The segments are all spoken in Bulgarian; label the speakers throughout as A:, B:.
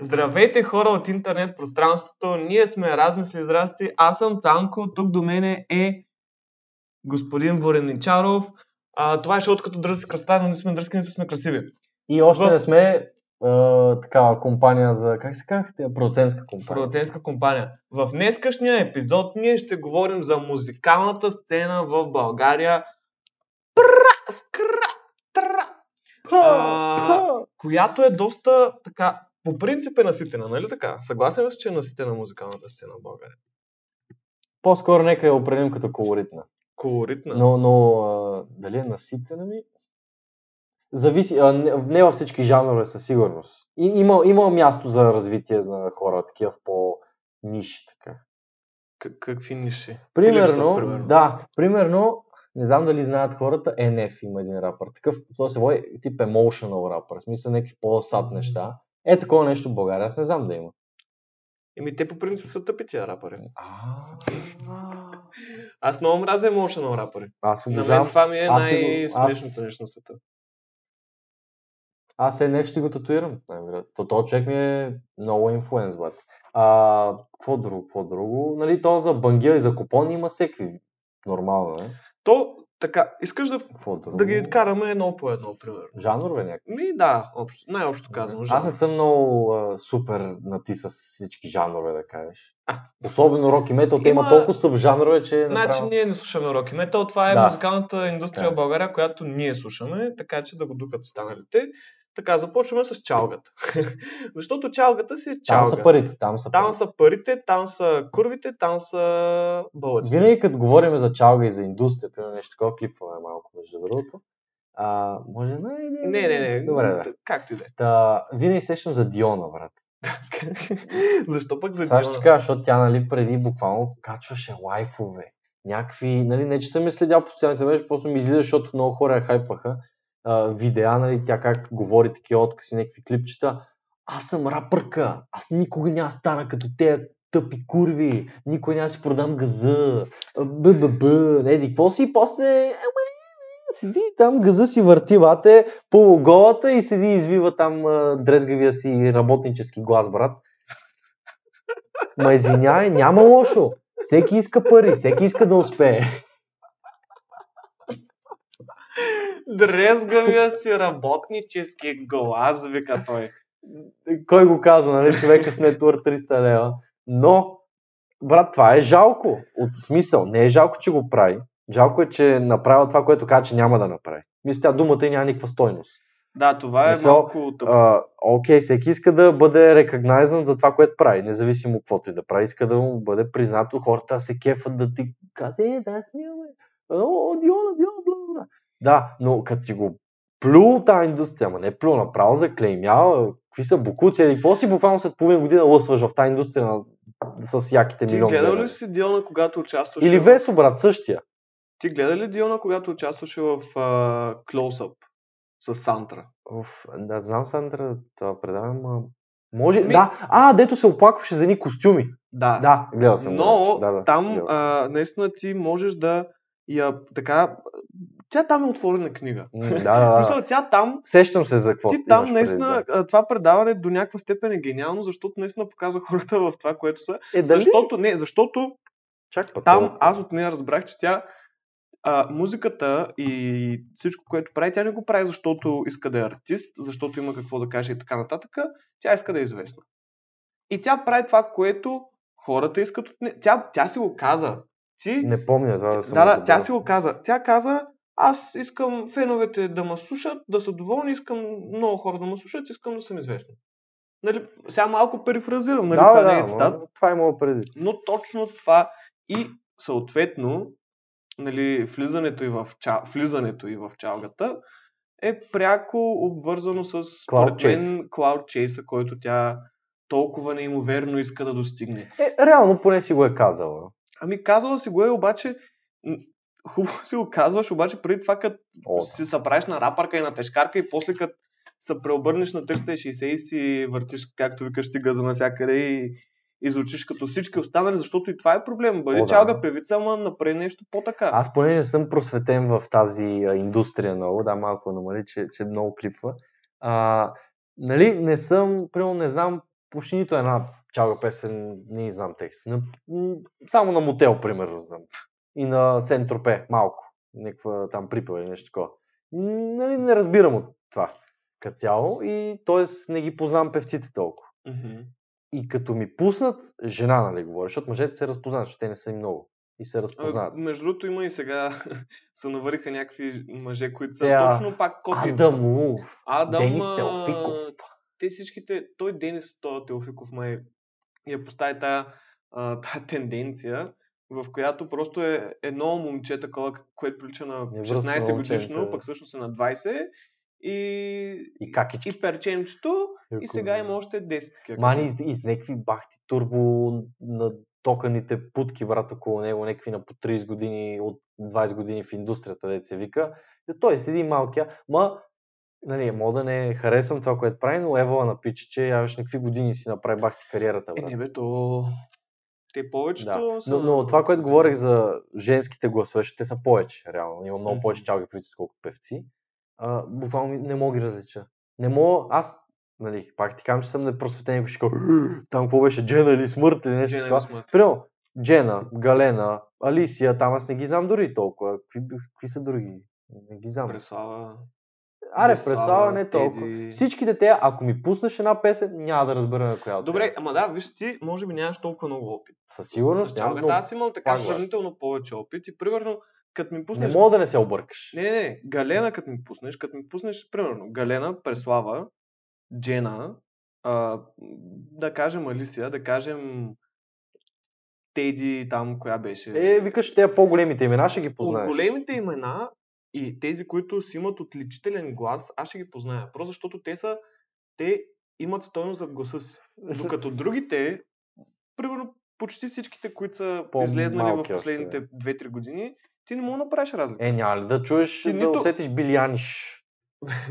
A: Здравейте хора от интернет пространството, ние сме Размисли Здрасти, аз съм Цанко, тук до мене е господин Воленичаров. А, това е шоуто като дръзи красота, но не сме дръзки, нито сме красиви.
B: И още
A: В-
B: не сме а, такава компания за, как се казах, продуцентска компания.
A: Продуцентска компания. В днескашния епизод ние ще говорим за музикалната сцена в България. Пра, скра, тра, А, която е доста така, по принцип е наситена, нали така? Съгласен ли си, че е наситена музикалната сцена в България?
B: По-скоро нека я определим като колоритна.
A: Колоритна.
B: Но, но а, дали е наситена ми? Зависи, а, не, не във всички жанрове със сигурност. И, има, има място за развитие на хора, такива в по-ниши така.
A: К- какви ниши?
B: Примерно,
A: Филипсов, примерно.
B: да, примерно, не знам дали знаят хората, NF има един рапър. Такъв, той се води тип emotional рапър, в смисъл някакви по-сад неща. Е, такова нещо в България, аз не знам да има.
A: Еми, те по принцип са тъпи тия рапъри.
B: А,
A: Аз много мразя emotional рапъри.
B: Аз
A: На мен
B: обожавам.
A: това ми е
B: аз си го-
A: най-смешното
B: аз-
A: нещо на света.
B: Аз NF ще го татуирам. най-вероятно. То, този човек ми е много инфлуенс, бат. А, какво друго, какво друго? Нали, то за бангил и за купони има всеки. Нормално, е.
A: То, така, искаш да,
B: Какво друго?
A: да ги караме едно по едно, примерно.
B: Жанрове някакви.
A: Ми да, общо, най-общо казвам.
B: Аз не съм много а, супер нати с всички жанрове, да кажеш. Особено рок и метал, те
A: Има-
B: има толкова субжанрове, че е
A: Значи
B: направо...
A: ние не слушаме рок и метал, това е
B: Да.
A: музикалната индустрия
B: Така
A: в
B: е.
A: България, която ние слушаме, така че да го духат останалите. Така, започваме с чалгата. Защото чалгата си е
B: Там
A: чалга.
B: са парите, там са
A: Там
B: парите.
A: са парите, там са курвите, там са бълъците.
B: Винаги като говорим за чалга и за индустрия, примерно нещо такова, клипваме малко, между другото. А, може най
A: Не, не, не.
B: Добре, да.
A: т- Както и да е.
B: Та, винаги сещам за Диона, брат.
A: Защо пък за
B: Сега ще
A: Диона?
B: ти кажа, защото тя, нали, преди буквално качваше лайфове. Някакви, нали, не че съм я следял по социалните мрежи, просто ми излиза, защото много хора я хайпаха. А, видеа, нали, тя как говори такива откази, някакви клипчета. Аз съм рапърка, аз никога няма стана като те тъпи курви, никога няма си продам газа, БББ, еди, какво си и после, ама, седи там, газа си върти, бате, полуголата и седи и извива там а, дрезгавия си работнически глас, брат. Ма извинявай, няма лошо. Всеки иска пари, всеки иска да успее.
A: Дрезгавия си работнически глас, вика той.
B: Кой го каза, нали, човека с нетур 300 лева. Но, брат, това е жалко. От смисъл, не е жалко, че го прави. Жалко е, че е направил това, което каза, че няма да направи. Мисля, тя думата и няма никаква стойност.
A: Да, това е
B: Мисля,
A: малко тъпо.
B: А, Окей, всеки иска да бъде рекогнайзан за това, което прави, независимо каквото и да прави, иска да му бъде признато, хората се кефат да ти казват, е, да, снимаме, о, о, Диона, Диона, бла, бла, бла. Да, но като си го плюл тази индустрия, ма не е плюл, направо заклеймял, е, какви са букуци, еди, какво си буквално след половин година лъсваш в тази индустрия на- с яките
A: Ти
B: милиони.
A: гледал ли си Диона, когато участваше?
B: Или
A: в-
B: Весо, брат, същия.
A: Ти гледа ли Диона, когато участваше в uh, Close-Up с Сантра?
B: Уф, да, знам Сандра, това предавам, ма... Може,
A: Ми-
B: да, а, дето се оплакваше за едни костюми.
A: Да.
B: Да, гледал съм. го
A: Но
B: вече. да, да,
A: там
B: гледал съм.
A: а, наистина ти можеш да я така... Тя там е отворена книга.
B: М, Да,
A: В
B: да, да.
A: смисъл, тя там
B: Сещам се за какво
A: Ти
B: имаш
A: там
B: предвид,
A: наистина
B: да.
A: а, това предаване до някаква степен е гениално, защото наистина показва хората в това, което са.
B: Е, дали?
A: Защото, не, защото
B: Чак пък
A: там
B: толкова.
A: аз от нея разбрах, че тя а, музиката и всичко, което прави, тя не го прави, защото иска да е артист, защото има какво да каже и така нататък. Тя иска да е известна. И тя прави това, което хората искат от нея. Тя, тя си го каза. Ти
B: Не помня това да съм
A: да, да,
B: забравил.
A: тя си го каза. Тя каза, аз искам феновете да ме слушат, да са доволни, искам много хора да ме слушат, искам да съм известна. Нали, сега малко перифразирам, нали,
B: да,
A: това
B: да,
A: не е
B: ама
A: цитат,
B: Това е моят преди.
A: но точно това и съответно нали, влизането, и в ча... влизането и в чалгата е пряко обвързано с според мен,
B: Chase.
A: Cloud Chase, който тя толкова неимоверно иска да достигне.
B: Е, реално поне си го е казала.
A: Ами казвала си го е, обаче м, хубаво си го казваш, обаче преди това като
B: О,
A: си се правиш на рапърка и на тежкарка и после като се преобърнеш на 360 и си въртиш, както викаш ти газа навсякъде и, и звучиш като всички останали, защото и това е проблем. Бъди
B: О, да.
A: чалга певица, ама направи нещо по-така.
B: Аз поне не съм просветен в тази а, индустрия много, да, малко намали, че, че много клипва. А, нали, не съм, примерно не знам почти нито една чалга песен не знам текст. На, м, само на Мотел, примерно, знам. И на Сентропе, малко. Някаква там припева или нещо такова. М, Нали, не разбирам от това като цяло и т.е. не ги познавам певците толкова.
A: Мгм.
B: И като ми пуснат, жена, нали, говори, защото мъжете се разпознават, защото те не са и много. И се
A: А,
B: разпознават.
A: между другото има и сега се навариха някакви мъже, които са
B: Тя-
A: точно пак копия.
B: Адам Лув,
A: Адам
B: Денис
A: а,
B: Телфиков.
A: Те всичките, той Денис той Телфиков май я постави тая, а, тая тенденция, в която просто е едно момче такова, което прилича на
B: Невръстно
A: 16
B: момченце,
A: годишно,
B: да.
A: пък всъщност е на 20 и,
B: И какички.
A: и перченчето, и
B: Яко,
A: сега
B: да.
A: има още 10 такива.
B: Мани и с някакви бахти турбо на токаните путки, брат, около него, някакви на по 30 години, от 20 години в индустрията, дете се вика. И той седи малкия, ма, нали, мога да не харесвам това, което прави, но евала на пича, че яваш някакви години си направи бахти кариерата,
A: Е,
B: брат.
A: не бе, то... Те повечето
B: Да.
A: са...
B: Но, но това, което говорех за женските гласове, ще те са повече, реално. Има много
A: Мгм.
B: повече чалги певици, колкото певци. А, буквално не мога ги различа. Не мога, аз, нали, пак ти казвам, че съм непросветен, ако ще кажа, «Ух, там какво беше, Джена или смърт или нещо
A: Жена
B: такова.
A: Лисмат.
B: Примерно, Джена, Галена, Алисия, там аз не ги знам дори толкова. Какви, бих- какви са други? Не ги знам.
A: Преслава.
B: Аре,
A: Преслава,
B: Преслава, не е толкова.
A: Теди.
B: Всичките те, ако ми пуснеш една песен, няма да разбера на коя от
A: Добре,
B: тях.
A: ама да, виж ти, може би нямаш толкова много опит.
B: Със сигурност,
A: С
B: няма,
A: чалгата
B: но
A: Ами, аз имам така
B: пак, брат.
A: сравнително повече опит и примерно, като ми
B: не
A: пуснеш...
B: мога да не се объркаш.
A: Не, не, не, Галена, като ми пуснеш, като ми пуснеш, примерно, Галена, Преслава, Джена, а, да кажем Алисия, да кажем Теди, там, коя беше.
B: Е, викаш, те по-големите имена ще ги
A: От
B: познаеш.
A: големите имена и тези, които си имат отличителен глас, аз ще ги позная. Просто защото те са, те имат стойност в гласа си. Докато другите, примерно почти всичките, които са
B: По-малки
A: излезнали в
B: още,
A: последните 2-3 години, ти не мога да направиш разлика.
B: Е, няма ли да чуеш,
A: Ти
B: да
A: нито-
B: усетиш Били Аниш.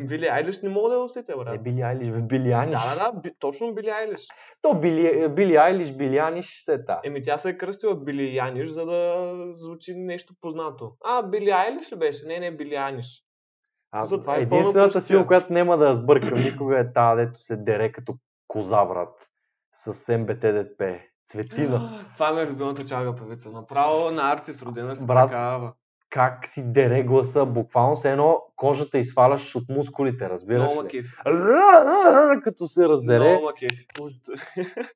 A: Били Айлиш не мога да я усетя, брат.
B: Не Били Айлиш, бе, Били Аниш.
A: Да, да, да, би, точно Били Айлиш.
B: То Били, Били Айлиш, Били Аниш, се та.
A: Еми тя се е кръстила Били Яниш, за да звучи нещо познато. А, Били Айлиш ли беше? Не, не, Били Яниш.
B: А,
A: затова е пълна
B: единствената
A: простотия.
B: сила, която няма да я сбъркам никога е та, дето се дере като коза, брат. С МБТ ДП. Цветина.
A: Това ми е любимата чалга певица. Направо на Арци с родена си
B: Брат.
A: такава.
B: Как си дере гласа, буквално се едно кожата изваляш от мускулите, разбираш
A: Много
B: ли?
A: макив.
B: Като се раздере.
A: Много макив.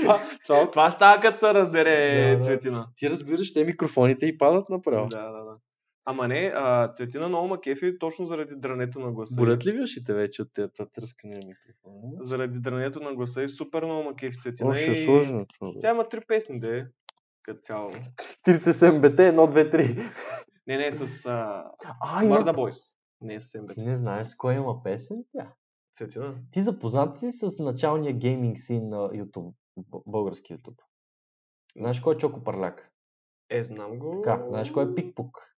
A: това, това, това става като се раздере
B: Да, да.
A: Цветина.
B: Ти разбираш, те микрофоните и падат направо.
A: Да, да, да. Ама не, а, Цветина много макефи точно заради дрането на гласа.
B: Болят ли ви ушите вече от тези тръскания микрофона?
A: Заради дрането на гласа и супер много макефи Цветина.
B: Още
A: и...
B: е сложно. това.
A: Тя има три песни, де. Като цяло.
B: Трите с МБТ, едно, две, три.
A: Не, не, с а...
B: А,
A: Марда Бойс. Не с МБТ.
B: Ти не знаеш с кой има песен тя.
A: Цветина.
B: Ти запознат си с началния гейминг син на YouTube, б- български YouTube. Знаеш кой е Чоко Парляк?
A: Е, знам го.
B: Така, знаеш кой е Пикпук?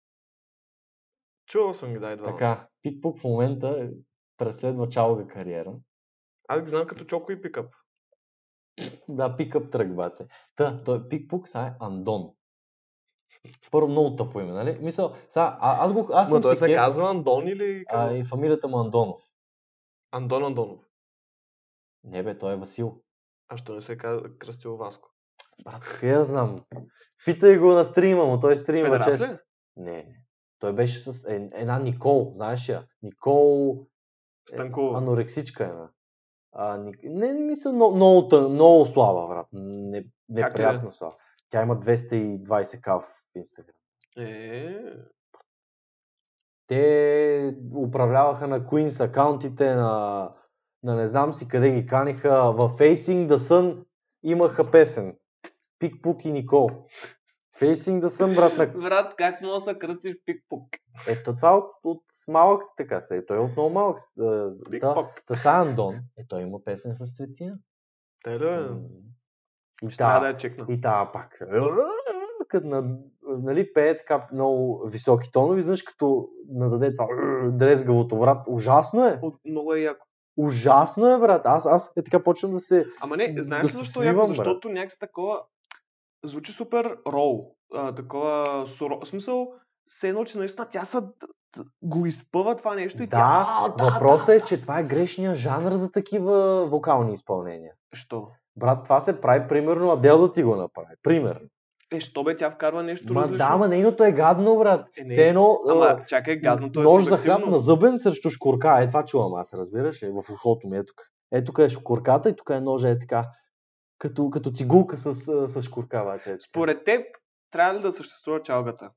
A: Чувал съм ги, дай два.
B: Така, Пикпук в момента преследва чалга кариера.
A: Аз ги знам като Чоко и Пикап.
B: Да, пикъп тръгвате. Та, той пикпук, сега е Андон. Първо много тъпо име, нали? Мисъл, сега, а, аз го, аз
A: Ма
B: съм
A: той се
B: кефил,
A: казва Андон или...
B: а, и фамилията му е Андонов.
A: Андон Андонов.
B: Не бе, той е Васил.
A: А що не се казва Кръстил Васко?
B: Брат, къде я знам? Питай го на стрима му, той стрима
A: Педерас ли?
B: често. Не, не. Той беше с е- една Никол, знаеш я? Никол,
A: Станкова.
B: анорексичка една. А, Ник... Не, мисля, но- много, тъ- много слаба, брат. Не, неприятна слава. Тя има 220к в Инстаграм.
A: Е,
B: Те управляваха на Queens акаунтите, на, на не знам си къде ги каниха. Във Facing the Sun имаха песен. Пик-пук и Никол. Facing the Sun, брат на...
A: Брат, как мога да се кръстиш пик-пук?
B: Ето това е от, от малък така се. е. Той е от много малък. Да, да,
A: Пик-пук.
B: да са Андон. Е, той има песен с цветия.
A: Те ли?
B: М. И
A: Е. Ще трябва да е-
B: та-
A: я чекна.
B: и та пак. Като на, нали, пее така много високи тонове, знаеш, като нададе това дрезгавото, брат. Ужасно е.
A: От- Много е яко.
B: Ужасно е, брат. Аз, аз е така почвам да се...
A: Ама не,
B: Да
A: знаеш ли
B: се
A: защо
B: свивам,
A: яко?
B: брат.
A: Защото някакси такова... Звучи супер рол. А, такова суро... В смисъл, се едно, че наистина тя са го изпъва това нещо и тя...
B: Да,
A: А,
B: въпросът е, че това е грешния жанр за такива вокални изпълнения.
A: Що?
B: Брат, това се прави примерно, Адел да ти го направи. Пример.
A: Е, що бе, тя вкарва нещо
B: Ма
A: различно?
B: да, ма нейното е гадно, брат.
A: Е, не.
B: Все едно а,
A: Ама, чакай, гадното е
B: нож за хляб
A: субективно.
B: на зъбен срещу шкурка. Е, това чувам аз, разбираш ли? В ухото ми е тук. Е, тук е шкурката и тук е ножа, е така. Като, като цигулка с, а, с шкурка, бе. Е, така.
A: Според теб, трябва ли да съществува чалгата?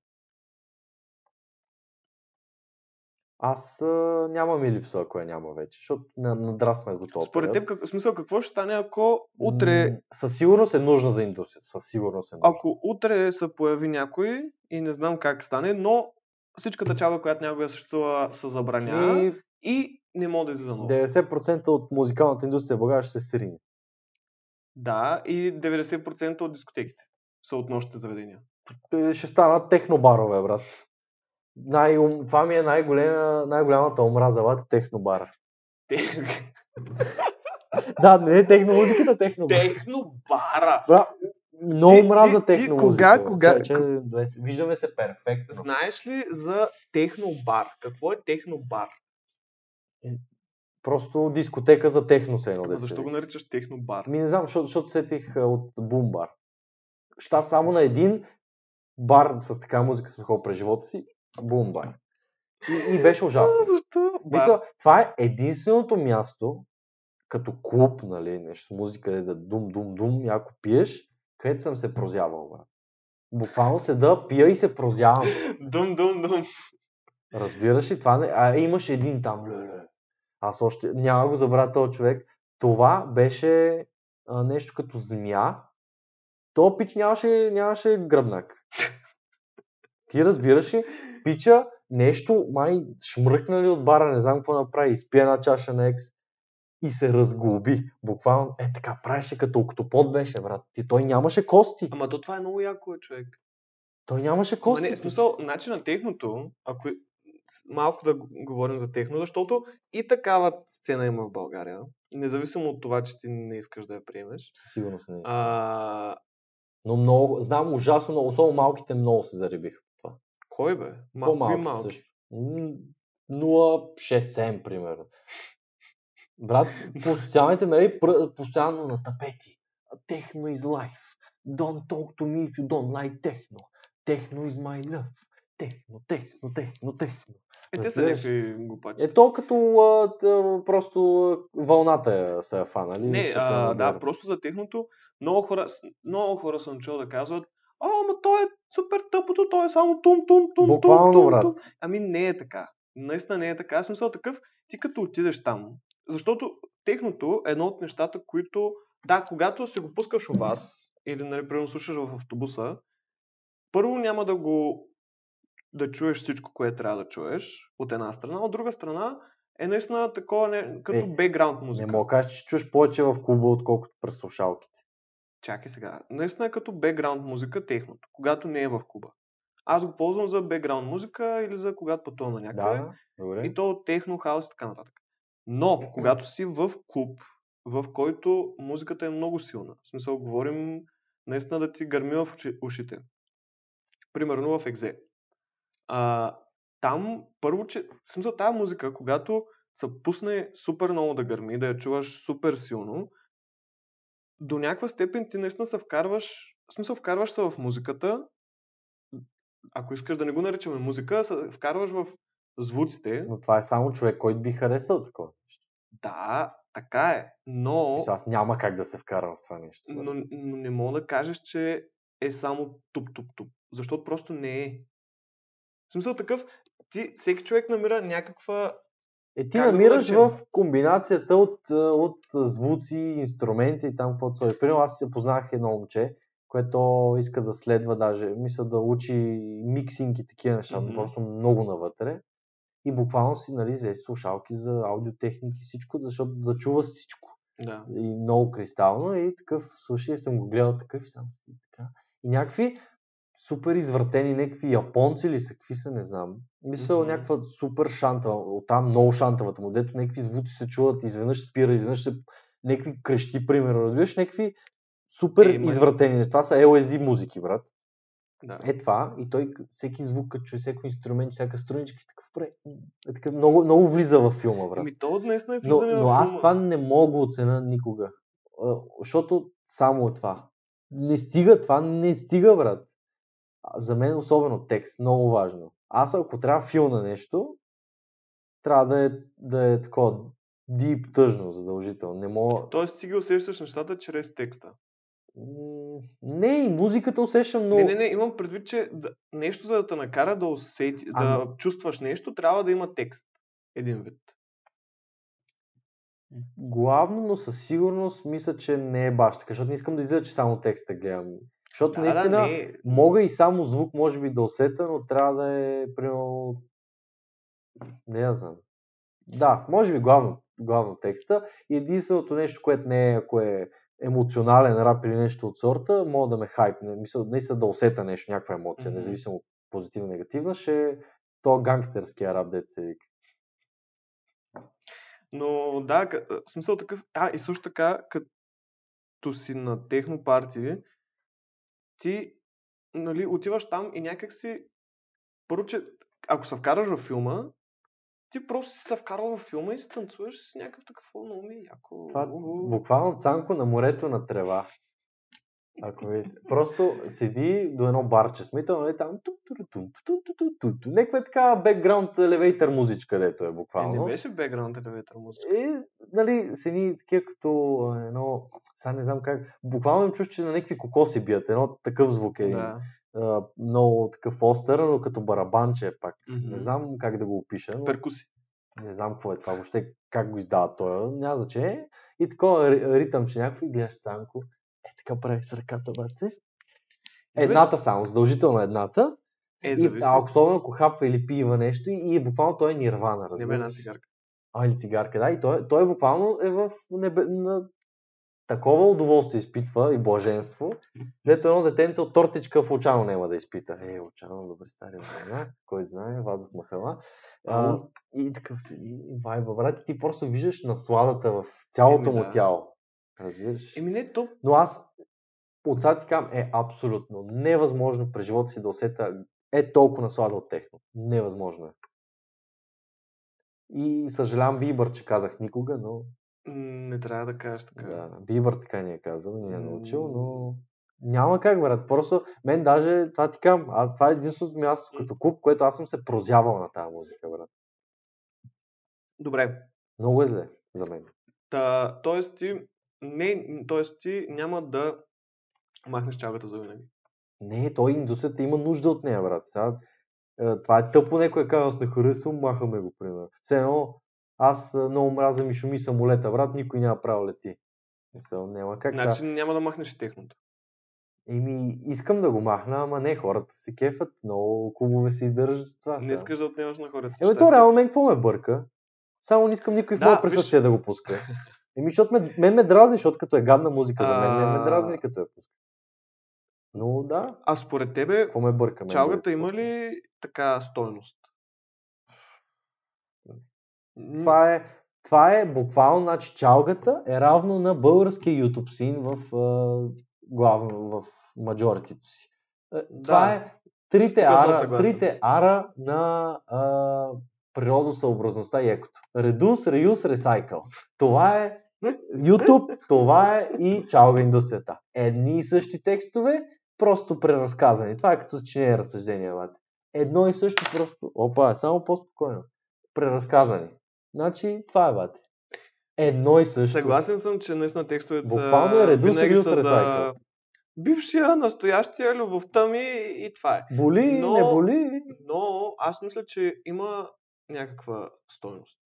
B: Аз а, нямам и липса, ако я няма вече, защото на- надраснах нали? го това.
A: Според теб, как, в смисъл, какво ще стане, ако утре,
B: Със сигурност е нужна за индустрията. Със сигурност е нужна.
A: ако утре се появи някой и не знам как стане, но всичката чалга, която някога съществува, се забранява и,
B: И
A: не мога да излиза много.
B: 90% от музикалната индустрия в България ще се срине.
A: Да, и 90% от дискотеките са от нощните заведения.
B: Е, Ще станат технобарове, брат. Най- ум- Това ми е най-голема, най-голямата омраза, брат, е технобара.
A: Те-
B: Да, не е техномузиката, технобара.
A: Технобара!
B: Бра, много
A: Ти- ти-
B: мраза
A: ти
B: техномузика.
A: кога-
B: бе.
A: кога-
B: Че- че- две- Виждаме се перфектно.
A: Знаеш ли за технобар? Какво е технобар?
B: Просто дискотека за техно се е едно
A: Ама
B: деца
A: Защо го наричаш технобар?
B: Ми Ами не знам, защото, защото сетих а, от Бумбар. Ща само на един бар с такава музика съм ходил през живота си. Бумбар. И, и беше
A: А,
B: ужасно.
A: Защо? Бар?
B: Мисля, това е единственото място, като клуб, нали, нещо с музика, е да дум-дум-дум, яко пиеш, където съм се прозявал, брат. Буквално седа, пия и се прозявам. брат.
A: Дум, дум, дум.
B: Разбираш ли това? Не... А имаш един там. ле, ле. Аз още няма да го забравя този човек. Това беше а, нещо като змия. То пич нямаше, нямаше гръбнак. Ти разбираш ли? Пича нещо май шмръкнали от бара, не знам какво направи. Изпи една чаша на екс и се разглоби. Буквално е така правеше като октопод беше, брат. Ти той нямаше кости.
A: Ама то това е много яко, е, човек.
B: Той нямаше
A: Ама
B: кости.
A: не, в смисъл, начин на техното, ако и- с- малко да г- говорим за техно, защото и такава сцена има в България. Независимо от това, че ти не искаш да я приемеш.
B: Със сигурност не. е.
A: А,
B: Но много, знам ужасно, много, особено малките много се заребиха. в Това.
A: кой бе? Малко и
B: По-малките
A: малки.
B: също. М, 0,67 примерно. Брат, по социалните мрежи пр- постоянно на тапети. Техно is life. Don't talk to me if you don't like техно. Техно is my love. Техно, техно, техно, техно.
A: Е, те са
B: Разбираш.
A: някакви глупачи.
B: Е то като а, т- просто а, вълната е, са я фанали.
A: Не,
B: защото е
A: а, да,
B: модерно.
A: просто за техното. Много хора, с- много хора съм чул да казват, а, ама той е супер тъпото, той е само тум, тум, тум,
B: Буквално,
A: тум, тум,
B: брат.
A: тум. Ами не е така. Наистина не е така. В смисъл такъв, ти като отидеш там, защото техното е едно от нещата, които, да, когато си го пускаш у вас, или, нали, примерно слушаш в автобуса, първо няма да го да чуеш всичко, което трябва да чуеш, от една страна, от друга страна е наистина такова, не, като
B: Е,
A: бейграунд музика.
B: Не мога да кажа, че чуеш повече в клуба, отколкото през слушалките.
A: Чакай сега. Наистина е като бекграунд музика техното, когато не е в клуба. Аз го ползвам за бекграунд музика или за когато пътувам на някъде.
B: Да, добре.
A: е. И то от техно, хаос и така нататък. Но, когато си в клуб, в който музиката е много силна, в смисъл говорим наистина да ти гърми в очи- ушите. Примерно в Екзе. А, там, първо, че, в смисъл тази музика, когато се пусне супер много да гърми, да я чуваш супер силно, до някаква степен ти наистина се вкарваш, в смисъл вкарваш се в музиката, ако искаш да не го наричаме музика, се вкарваш в звуците,
B: Но това е само човек, който би харесал такова нещо.
A: да, така е. Но,
B: Мисля, аз няма как да се вкарам в това нещо.
A: но, но не мога да кажеш, че е само туп-туп-туп. Защото просто не е. В смисъл такъв, ти, всеки човек намира някаква...
B: Е, ти
A: Как да го
B: намираш
A: наречем?
B: в комбинацията от, а, от звуци, инструменти и там каквото са. Примерно аз се познах едно момче, което иска да следва даже, мисля да учи миксинг и такива неща,
A: Мгм.
B: mm-hmm. просто много навътре. И буквално си, нали, взе слушалки за аудиотехники и всичко, защото да чува всичко.
A: Да.
B: и много кристално и такъв, слушай, съм го гледал такъв и сам си така. И някакви супер извъртени, някакви японци ли са, какви са, не знам. Мисля,
A: Мгм.
B: mm-hmm. някаква супер шантава, оттам много шантавата му, дето някакви звуци се чуват, изведнъж спира, изведнъж се някакви крещи, примерно, разбираш, някакви супер
A: Е,
B: е,
A: ма-
B: извратени. Това са LSD музики, брат.
A: Да.
B: Е това и той к- всеки звук, като чуе всеки инструмент, всяка струничка, такъв, пре, е такъв много, много влиза във филма, брат.
A: Ами то днес не е
B: Но,
A: влизане
B: но
A: във
B: аз
A: филма.
B: това не мога да оценя никога. А, Защото само е това. Не стига това, не стига, брат. А, За мен особено текст, много важно. Аз ако трябва фил на нещо, трябва да е, да е такова deep тъжно задължително. Не мога...
A: Тоест ти ги усещаш нещата чрез текста.
B: М, Не, и музиката усещам
A: Но...
B: много.
A: Не, не, не, имам предвид, че да, нещо за да те накара да усети,
B: Ами-
A: да чувстваш нещо, трябва да има текст. Един вид.
B: Главно, но със сигурност мисля, че не е баш така, защото не искам да излиза, че само текста гледам. Защото
A: Да,
B: наистина
A: да, не, е.
B: мога и само звук може би да усета, но трябва да е примерно... Не я знам. Да, може би главно, главно текста. И единственото нещо, което не е, ако е емоционален рап или нещо от сорта, мога да ме хайпне. Мисля, наистина да усета нещо, някаква емоция,
A: Мгм.
B: независимо позитивна, негативна, ще е то гангстерския рап, дете се вика.
A: Но да, к- а, в смисъл такъв. А, и също така, като си на техно партии, ти нали, отиваш там и някак си. Първо, че ако се вкараш във филма, ти просто си се вкарал във филма и си танцуваш с някакъв такъв «О, много ми е яко.
B: Това
A: уу».
B: буквално цанко на морето на трева. Ако видите. Просто седи до едно барче смител, нали там ту ту ту ту ту ту ту ту Някаква е така бекграунд елевейтър музичка, дето е
A: Е, не
B: буквално.
A: беше бекграунд елевейтър музика.
B: И, нали, седи такива като а, едно, сега не знам как, буквално им чуш, че на някакви кокоси бият, едно такъв звук е, им.
A: Да.
B: а, много такъв остър, но като барабанче е пак.
A: Мгм.
B: Не знам как да го опиша, но...
A: Перкуси.
B: не знам какво е това, въобще как го издава той, няма значение. И такова ри- ритъмче някакво и гледаш Цанко. Е, така прави с ръката, бате. Едната само, задължително едната.
A: Е,
B: и,
A: зависи.
B: а особено ако хапва или пива нещо и, и буквално той е нирвана,
A: Не бе значи една
B: разбираш.
A: цигарка.
B: А, или цигарка, да. И той, той буквално е в небе, на такова удоволствие изпитва и блаженство, дето едно детенце от тортичка в Очано няма да изпита. Е, Очано, добре, стари Очано, кой знае, Вазов Махала. А,
A: Ау.
B: и такъв седи, и вайба, брат, и ти просто виждаш насладата в цялото
A: Еми,
B: му
A: да.
B: тяло. Разбираш?
A: Еми не, то
B: Но аз от сега ти казвам, е абсолютно невъзможно през живота си да усета е толкова наслада от техно. Невъзможно е. И съжалявам, Бибър, че казах никога, но
A: м, не трябва да кажеш така.
B: да, Бибър така ни е казал, ни е
A: М.
B: научил, но няма как, брат. Просто мен даже, това ти казвам, аз, това е единственото място като клуб, което аз съм се прозявал на тази музика, брат.
A: Добре,
B: Много е зле за мен.
A: Та, тоест ти, не, тоест ти няма да махнеш чалгата за винаги.
B: Не, той индустрията има нужда от нея, брат. Сега, е, това е тъпо, някой е казал, аз не харесвам, махаме го, примерно. Все едно, аз е, много мразя ми шуми самолета, брат, никой няма право лети. Мисъл, няма как
A: значи
B: сега.
A: няма да махнеш и техното.
B: Еми, искам да го махна, ама не, хората се кефат, много клубове се издържат от това.
A: не
B: сега.
A: искаш да отнемаш на хората.
B: Еми, то
A: щастието.
B: реално мен какво ме бърка? Само не искам никой в
A: Да,
B: моето
A: виж.
B: присъствие да го пуска. Еми, защото ме, мен ме дразни, защото като е гадна музика за мен, мен ме
A: А.
B: дразни като я пуска. Но да,
A: А според тебе,
B: какво е ме бърка? мен,
A: чалгата
B: другото,
A: има
B: всъщност?
A: ли така стойност? М,
B: Това е, това е буквално, значи чалгата е равно на българския YouTube син в, а, главно в мажоритито си. А, Това
A: Да.
B: е трите
A: Тук съм
B: ара,
A: съгласен.
B: трите ара на а, природосъобразността и екото. Reduce, Reuse, Recycle. Това е YouTube, това е и чалга индустрията. Едни и същи текстове, просто преразказани. Това е като че не е разсъждение, бате. Едно и също просто, опа, само по-спокойно. Преразказани. Значи, това е, бате. Едно и е също.
A: Съгласен съм, че наистина текстовете са...
B: Буквално е reduce,
A: винаги
B: reduce,
A: са за
B: recycle.
A: Бившия, настоящия, любовта ми и това е.
B: Боли,
A: Но-
B: не боли.
A: Но аз мисля, че има някаква стойност.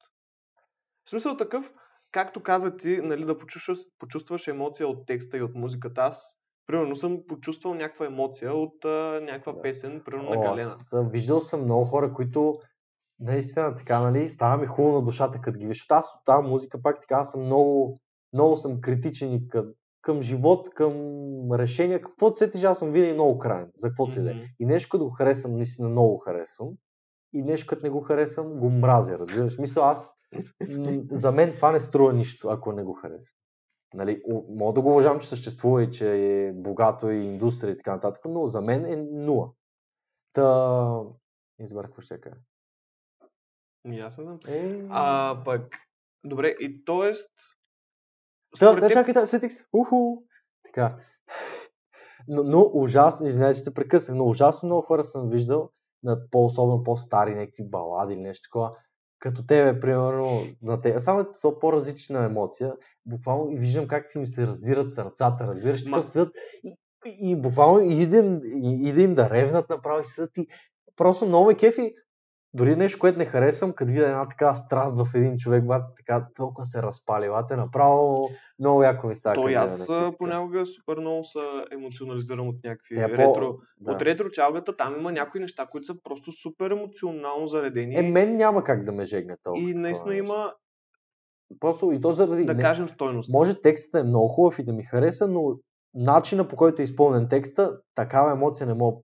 A: В смисъл такъв, както каза ти, нали, да почувстваш, почувстваш емоция от текста и от музиката. Аз, примерно, съм почувствал някаква емоция от а, някаква
B: Да.
A: песен, примерно
B: О,
A: на Галена.
B: аз съм- виждал съм много хора, които наистина така, нали, става ми хубаво на душата, като ги виждат. Аз от тази музика пак така аз съм много, много съм критичен и към, към живот, към решения, каквото сетиш, аз съм винаги много крайен, за каквото и да е.
A: Мгм.
B: И нещо като го харесвам, наистина много харесвам. И нещо като не го харесвам, го мразя, разбираш. Мисля, аз, м, за мен това не струва нищо, ако не го харесвам. Нали, у- мога да го уважавам, че съществува и че е богато и индустрия и така нататък, но за мен е нула. Та... Избрах какво ще кажа.
A: И аз не знам.
B: Е...
A: А пък, добре, и т.е.
B: Да, да, чакай, да, сетих се. Уху! Така. Но, но ужасно, извинявай, че те прекъснах, но ужасно много хора съм виждал, на по-особено по-стари някакви балади или нещо такова, като тебе, примерно, на те. Само е то по-различна емоция. Буквално и виждам как си ми се раздират сърцата, разбираш,
A: Ма-
B: такъв съд. И, и, буквално и да, им, и, и да им да ревнат направо и съдат и просто много ме кефи. Дори нещо, което не харесвам, като видя една така страст в един човек, бате, така толкова се разпали, бате, направо много яко ми става.
A: То и
B: като
A: аз а,
B: гледам някакви такива.
A: понякога супер много се емоционализирам от някакви
B: Те, Е, по-
A: ретро.
B: да.
A: От ретро чалгата там има някои неща, които са просто супер емоционално заредени.
B: Е, мен няма как да ме жегне толкова.
A: и
B: такова
A: наистина
B: нещо.
A: има,
B: Просто и то заради...
A: да
B: не-
A: кажем, стойност.
B: Може текстът е много хубав и да ми хареса, но начина по който е изпълнен текста, такава емоция не мога.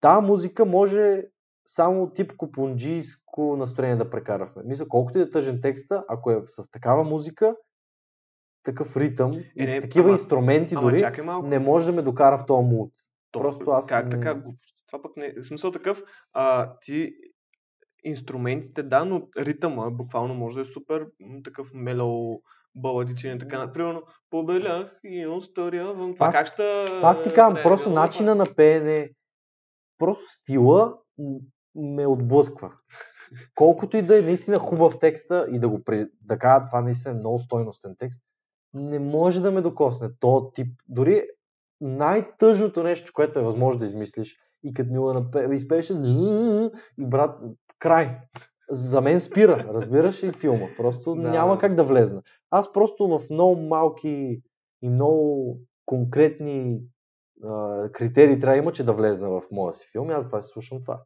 B: Та музика може само тип купунджийско настроение да прекарахме. Мисля, колкото и да е тъжен текста, ако е с такава музика, такъв ритъм и
A: Е, не,
B: такива
A: ама-
B: инструменти
A: Ама
B: дори,
A: чакай малко.
B: не може да ме докара в този муд.
A: То,
B: Просто аз
A: Как
B: не-
A: така? глупости? Това пък не е. В смисъл такъв, а, ти инструментите, да, но ритъма буквално може да е супер м, такъв мелоу баладичен и така. Примерно, побелях и устарявам. Това
B: Пак-
A: как ще... е,
B: Пак ти казвам, просто
A: реагирам?
B: начина на пеене, просто стила м- ме отблъсква. Колкото и да е наистина хубав текста и да го при... да кажа, това наистина е много стойностен текст, не може да ме докосне. То тип, дори най-тъжното нещо, което е възможно да измислиш, и като ми го напе- изпееше, и брат, край. За мен спира, разбираш и филма. Просто
A: Да,
B: няма
A: да.
B: как да влезна. Аз просто в много малки и много конкретни а, критерии трябва да има, че да влезна в моя си филм. И аз това си слушам това.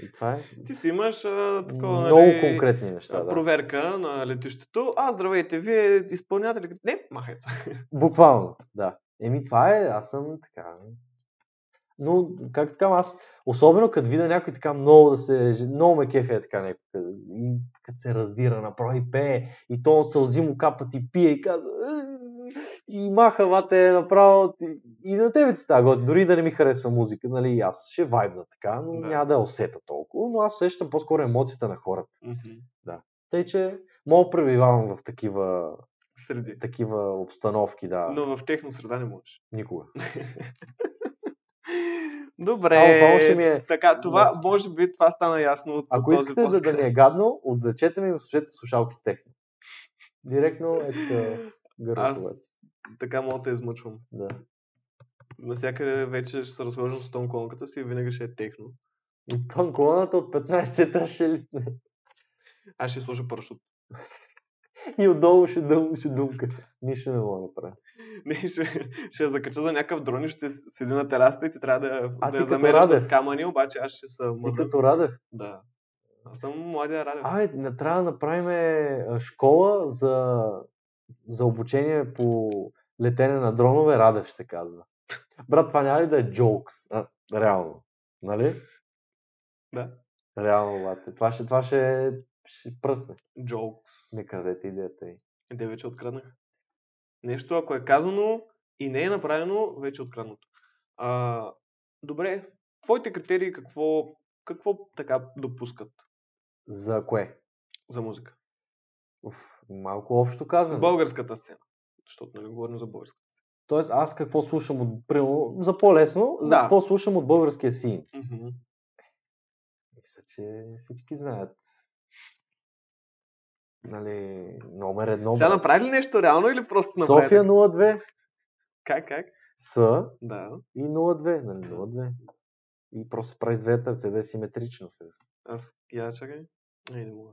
B: И това е
A: Ти си имаш а, такова,
B: много
A: нали,
B: конкретни
A: а,
B: неща. Да.
A: проверка на летището. А, здравейте, вие изпълнявате ли? Не, махайца.
B: Буквално, да. Еми това е, аз съм така. Но, както така, аз, особено като видя някой така много да се, ж- много ме кефе е така някой, като- и като се раздира направо и пее, и то сълзи му капат и пие и казва, «Ъм», и маха вате направо, и, и на тебе ти става готино, дори да не ми хареса музика, нали, и аз ще вайбна така, но
A: Да.
B: няма да я усета толкова, но аз усещам по-скоро емоцията на хората.
A: Мгм.
B: Тъй, че мога да пребивавам в такива,
A: Среди.
B: такива обстановки, да,
A: Но в техно среда не можеш.
B: никога.
A: Добре.
B: Ало, това ще ми е...
A: Така, това, може би, това стана ясно от
B: Ако
A: този
B: искате да, да ни е
A: подкаст.
B: гадно, отвлечете ми и слушайте слушалки с техни. Директно е така гърлковете.
A: Аз така мога да те измъчвам.
B: Да.
A: Навсякъде вече ще се разхождам с тонконката си и винаги ще е техно.
B: И тон колоната от 15 етаж ще литне.
A: Аз ще слуша парашут.
B: И отдолу ще, дум, ще думка. Нищо не мога да направя.
A: Не, ще, ще я закача за някакъв дрон и ще с- седи на терасата и ти трябва да, я- да
B: А, ти
A: я
B: като
A: замериш с
B: Радев.
A: камъни, обаче аз ще съм
B: Ти
A: мъдър.
B: като Радев.
A: Да. Аз съм младия раден.
B: Абе, не трябва да направим а, школа за, за обучение по летене на дронове. Радев ще се казва. Брат, това няма ли да е джокс? А, реално. Нали?
A: Да.
B: Реално, бате. Това ще, това ще, ще пръсне.
A: Джокс.
B: Не крадете идеята й.
A: Е, Де вече откраднах. Нещо, ако е казано и не е направено, вече е откраднато. А, добре, твоите критерии какво, какво така допускат
B: За кое?
A: за музика?
B: Уф, малко общо казано.
A: Българската сцена. Защото нали говорим за българската сцена.
B: Тоест аз какво слушам от... Примерно, за по-лесно, за
A: Да.
B: какво слушам от българския син.
A: Мгм.
B: Мисля, че всички знаят. Нали, номер едно.
A: Сега
B: брат.
A: направи ли нещо реално или просто направи?
B: София 02
A: Как, как?
B: С
A: Да.
B: и 02, нали, 02. И просто се прави с двете ръце да е симетрично. С,
A: Аз, я чакай. Не, не мога.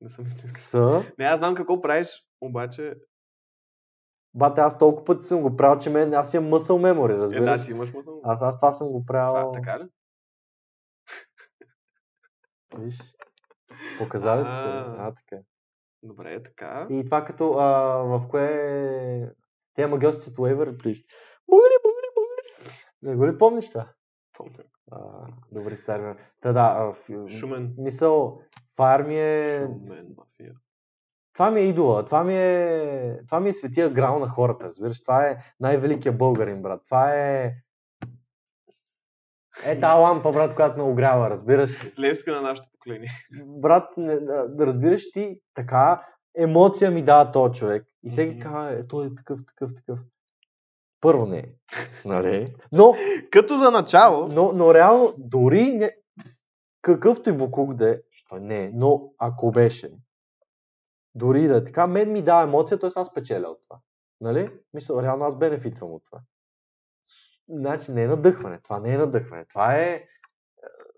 A: Не съм истински.
B: с
A: Не, аз знам какво правиш, обаче... е,
B: Бате, аз толкова пъти съм го правил, че мен, аз имам мъсъл мемори,
A: Е, да,
B: разбираш.
A: ти имаш мътно.
B: аз, аз това съм го правил.
A: Това, така ли?
B: Виж. Показали ти се.
A: А.
B: А, така.
A: Добре, е така.
B: И това като а, в кое... Тя магиосът от Ейвър приш. Бугри, бугри, бугри. Не го ли помниш това?
A: Помня.
B: А, добри стари времена. Та да, а, в...
A: Шумен.
B: мисъл, Фарми е...
A: Шумен, мафия.
B: това ми е идола, това ми е, това ми е светия грал на хората, разбираш, това е най-великият българин, брат, това е... Е та лампа, брат, която ме огрява, разбираш.
A: Левска на нашето поколение.
B: Брат, не, да, да разбираш ти, така емоция ми дава този човек. И всеки
A: Мгм.
B: казва, е, той е такъв, такъв, такъв. Първо не е. Нали? Но
A: Като за начало.
B: но, но реално, дори не, с- какъвто и Букук да е, що не е, но ако беше, дори да е така, мен ми дава емоция, т.е. аз печеля от това. Нали? Мисля, реално аз бенефитвам от това. С- Значи не е надъхване, това не е надъхване, това е... е,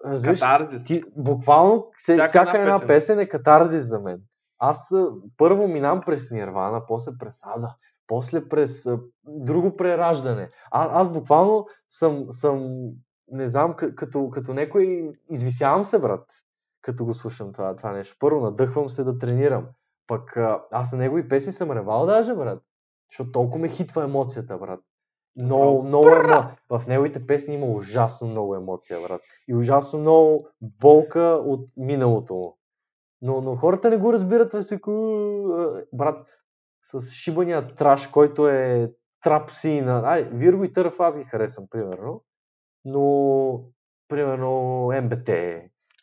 B: Разбираш,
A: Катарзис.
B: ти, буквално се, всяка,
A: Всяка
B: всяка
A: една
B: една песен. е катарзис за мен. Аз а, първо минам през Нирвана, после през Ада, после през а, друго прераждане. А, аз буквално съм, съм не знам, к- като, като някой извисявам се, брат, като го слушам това, това нещо. Първо надъхвам се да тренирам. Пък а, аз на негови песни съм ревал даже, брат. Защото толкова ме хитва емоцията, брат. Много, много емо... В неговите песни има ужасно много емоция, брат. И ужасно много болка от миналото му. Но, но хората не го разбират, във всеко... а, Брат, с шибания траш, който е трапси на... Ай, Вирго и Търф аз ги харесвам, примерно. Но, примерно, МБТ.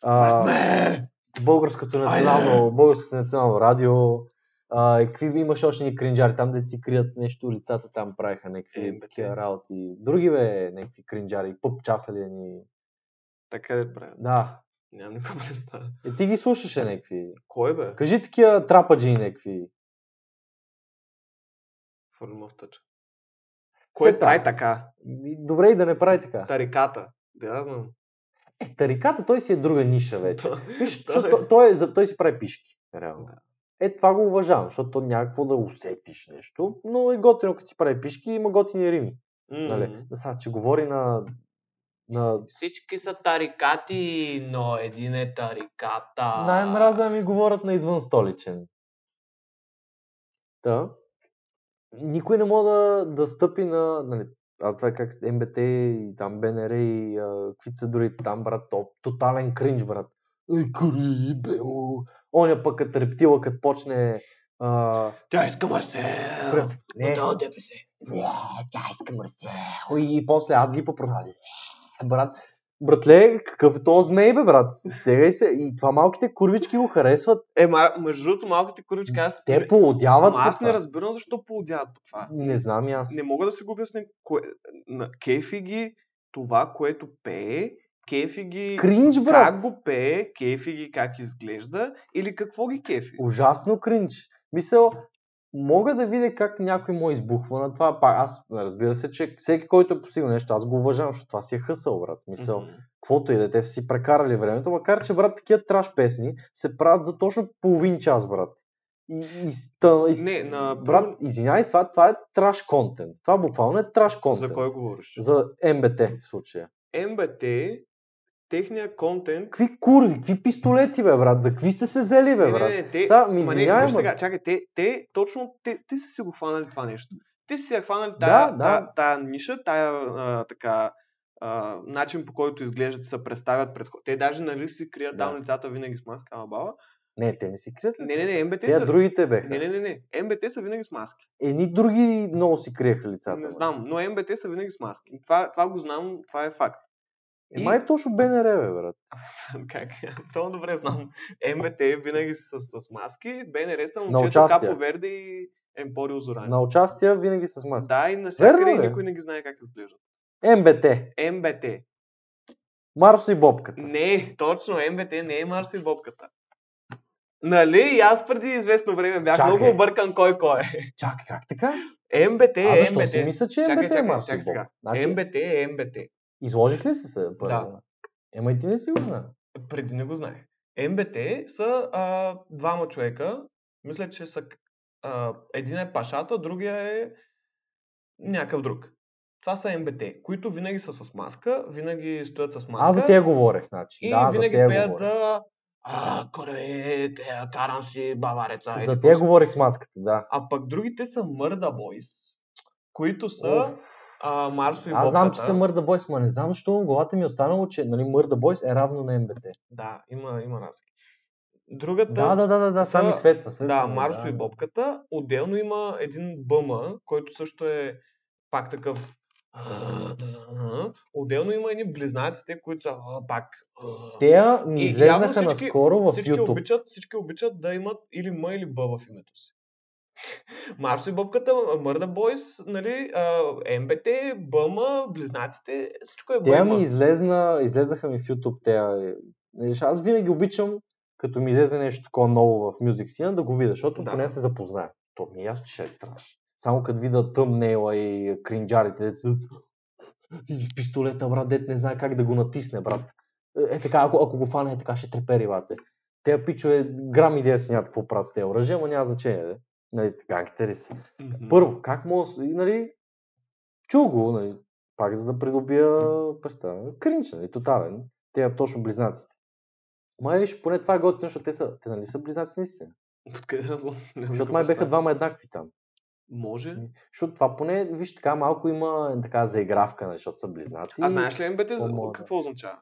B: А,
A: Братме!
B: българското
A: е.
B: национално, българското национално радио. А, и какви би имаш още ни кринджари, там де си крият нещо, лицата там правиха някакви
A: Е, бе,
B: такива
A: те.
B: работи. Други бе, някакви кринджари, пъп часа ли ни.
A: Така е, бре.
B: Да.
A: Нямам никаква представа.
B: Е, ти ги слушаше някакви.
A: Кой бе?
B: Кажи такива трападжи някакви.
A: Формов тъч.
B: Все
A: Кой
B: така.
A: прави така?
B: И Добре и да не прави така.
A: Тариката. Да, аз знам.
B: Е, тариката той си е друга ниша вече. Виж,
A: Да,
B: защото
A: бе.
B: той, той, е, за- той си прави пишки. Реално.
A: Да.
B: Е, това го уважавам, защото някакво да усетиш нещо, но е готино, като си прави пишки, има готини рими.
A: М.
B: Нали? Да, сега, че говори на, на...
A: Всички са тарикати, но един е тариката.
B: Най-мраза ми говорят на извън столичен. Та. Никой не мога да, да стъпи на... Нали, а това е как МБТ и там БНР и а, какви са другите там, брат, то, тотален кринж, брат. Ей, кори, бело. Оня пък като рептила, като почне... А,
A: Тя иска Марсел.
B: не,
A: от ДПС.
B: не, Е, тя иска мърсел. И, и после ад ги попроради. Е, Брат, братле, какъв е този змей, бе, брат? Стегай се. И това малките курвички го харесват.
A: Е, ма, между другото, малките курички, аз...
B: Те поудяват.
A: Ама аз
B: по
A: не
B: това.
A: разбирам защо поудяват по това.
B: не знам и аз.
A: Не мога да си го обясня. Кое... На кефи ги това, което пее, кефи ги
B: Кринж, брат.
A: как го пее, кефи ги как изглежда или какво ги кефи.
B: Ужасно кринж. Мисъл, мога да видя как някой му избухва на това. Пак аз, разбира се, че всеки, който е постигнал нещо, аз го уважавам, защото това си е хъсъл, брат. Мисъл,
A: Мгм.
B: каквото и да е, те са си прекарали времето, макар че, брат, такива траш песни се правят за точно половин час, брат. И, и, стъ... и...
A: Не, на...
B: Брат, извинявай, това, това е траш контент. Това буквално е траш контент.
A: за кой говориш?
B: За МБТ в случая.
A: МБТ, техния контент...
B: Какви курви, какви пистолети, бе, брат? За какви сте се взели, бе, е, брат?
A: не, те...
B: Са, ми
A: Ма не,
B: извинявай,
A: виж
B: ма.
A: сега, чакай, те, те точно, те, ти са си го хванали това нещо. Ти си си я хванали
B: Да,
A: тая,
B: да.
A: тая, тая ниша, тая а, така, а, начин по който изглеждат, се представят пред хо- Те даже нали си крият
B: Да.
A: да. там лицата винаги с маска, ама баба.
B: Не, те не си крият ли?
A: Не, не, не, МБТ
B: Те
A: са...
B: другите беха.
A: Не, не, не, не, МБТ са винаги с маски.
B: Едни други много си криеха лицата.
A: не
B: брат.
A: знам, но МБТ са винаги с маски. Това, това го знам, това е факт.
B: Е,
A: И-
B: май точно БНР, бе, брат.
A: Как? Много добре знам. МБТ винаги са с, с маски, БНР са момчета
B: участие.
A: Капо Верде и Емпорио Зорани.
B: На участие винаги с маска.
A: Да, и навсякъде
B: Верно ли?
A: никой не ги знае как изглеждат.
B: МБТ.
A: МБТ.
B: Марсо и Бобката.
A: Не, точно, МБТ не е Марс и Бобката. Нали? И аз преди известно време бях
B: Чакай.
A: много объркан кой кой
B: Чакай, как така?
A: е. МБТ
B: Е, а
A: е
B: защо
A: МБТ.
B: си мисля, че
A: Чакай,
B: МБТ е
A: чакай,
B: Марсо и
A: чакай сега.
B: Бобката? Значи,
A: МБТ е МБТ.
B: изложих ли си се първо? Да. Ема и ти не си сигурна.
A: Преди не го знаех. МБТ са а, двама човека. Мисля, че са... А, един е Пашата, другия е някакъв друг. Това са МБТ, които винаги са с маска, винаги стоят с маска.
B: Аз за те говорех, значи.
A: И
B: да, за
A: винаги
B: те
A: пеят
B: говорех.
A: за... А, коре, карам си бавареца. еди
B: За
A: какво
B: те
A: си.
B: говорех с маската, да.
A: А пък другите са Мърда Бойс, които са
B: Оф.
A: а, Марсо и
B: Аз знам, че
A: Бобката.
B: са Мърда Бойс, ма не знам, защо в главата ми е останало, че нали, Мърда Бойс е равно на МБТ.
A: Да, има, има разлики. Другата,
B: Да, да, да, да, да,
A: са-
B: сами светва. светва
A: да,
B: ми,
A: Марсо
B: е, да.
A: и Бобката. Отделно има един бъма, който също е пак такъв Отделно има едни близнаците, които са а, пак.
B: Те ми
A: И
B: излезнаха
A: явно всички-
B: наскоро в
A: Всички
B: YouTube.
A: обичат, всички обичат да имат или М или Б в името си. Марсо и Бъбката, Мърда Бойс, нали, а, МБТ, БМ, близнаците, всичко е
B: Тя
A: БМ.
B: ми излезна, излезаха ми в YouTube. Тя, е. Нали, аз винаги обичам, като ми излезе нещо такова ново в Music Scene, да го видя, защото
A: Да.
B: да. поне се запозная. То ми е ясно, че ще е траш. Само като видя тъмнела и кринджарите, де са... И пистолета, брат, дет не знае как да го натисне, брат. Е, е така, ако, ако го фане, е така, ще трепери, бате. Те пичове, грам идея си нямат какво правят с тези оръжия, но няма значение, де. Нали, гангстери са. Първо, как мога да с- и, нали, чу го, нали, пак за да придобия представа. Кринч, нали, тотален. Те е точно близнаците. Май виж, поне това е готино, защото те, са, те нали са близнаци наистина.
A: Ами, Откъде да знам? Нямам
B: Защото
A: никаква
B: май беха
A: представа.
B: двама еднакви там.
A: Може.
B: Защото това поне, виж, така малко има е, така заигравка, нали, защото са близнаци.
A: А знаеш ли МБТ за-
B: по-млада.
A: какво означава?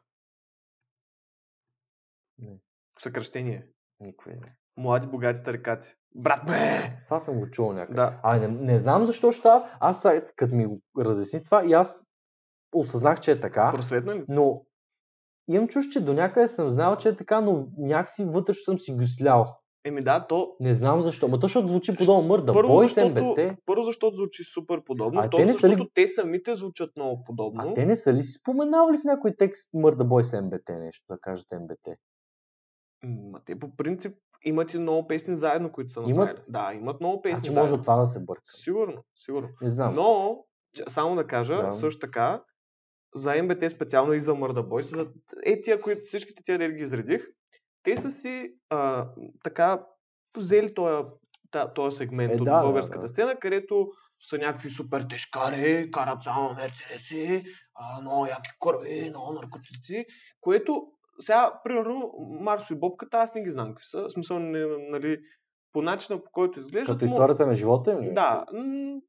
B: Не.
A: Съкръщение.
B: Никой не.
A: Млади, богати, старикаци. Брат ме!
B: Това съм го чувал някъде.
A: Да.
B: А, не, не знам защо ща, аз сега, като ми го разясни това и аз осъзнах, че е така.
A: Просветна ли?
B: Но имам чуш, че до някъде съм знал, че е така, но някакси вътрешно съм си го слял.
A: Еми да, то...
B: Не знам защо. Ма то защото звучи подобно мърда.
A: Първо
B: Бой се
A: защото,
B: МБТ.
A: първо, защото звучи супер подобно,
B: А
A: второ,
B: те не са ли-
A: защото те самите звучат много подобно.
B: А те не са ли си споменавали в някой текст мърда бой с МБТ нещо, да кажат МБТ?
A: М, а те по принцип имат и много песни заедно, които са
B: Имат?
A: направили. Да, имат много песни
B: Значи може
A: заедно.
B: от това да се бърка.
A: Сигурно, сигурно.
B: Не знам.
A: Но, че- само да кажа,
B: Да.
A: също така, за МБТ специално и за Мърда Бой, за е тия, които всичките тия дет ги изредих, те са си а, така взели този, този сегмент
B: Е,
A: от
B: да, да,
A: българската
B: да.
A: сцена, където са някакви супер тежкари, карат само мерцедеси, а, много яки кърви, много наркотици, което сега, примерно, Марсо и Бобката, аз не ги знам какви са. В смисъл, не, нали, по начина по който изглеждат.
B: Като
A: му-
B: историята на живота им. ли?
A: да, м,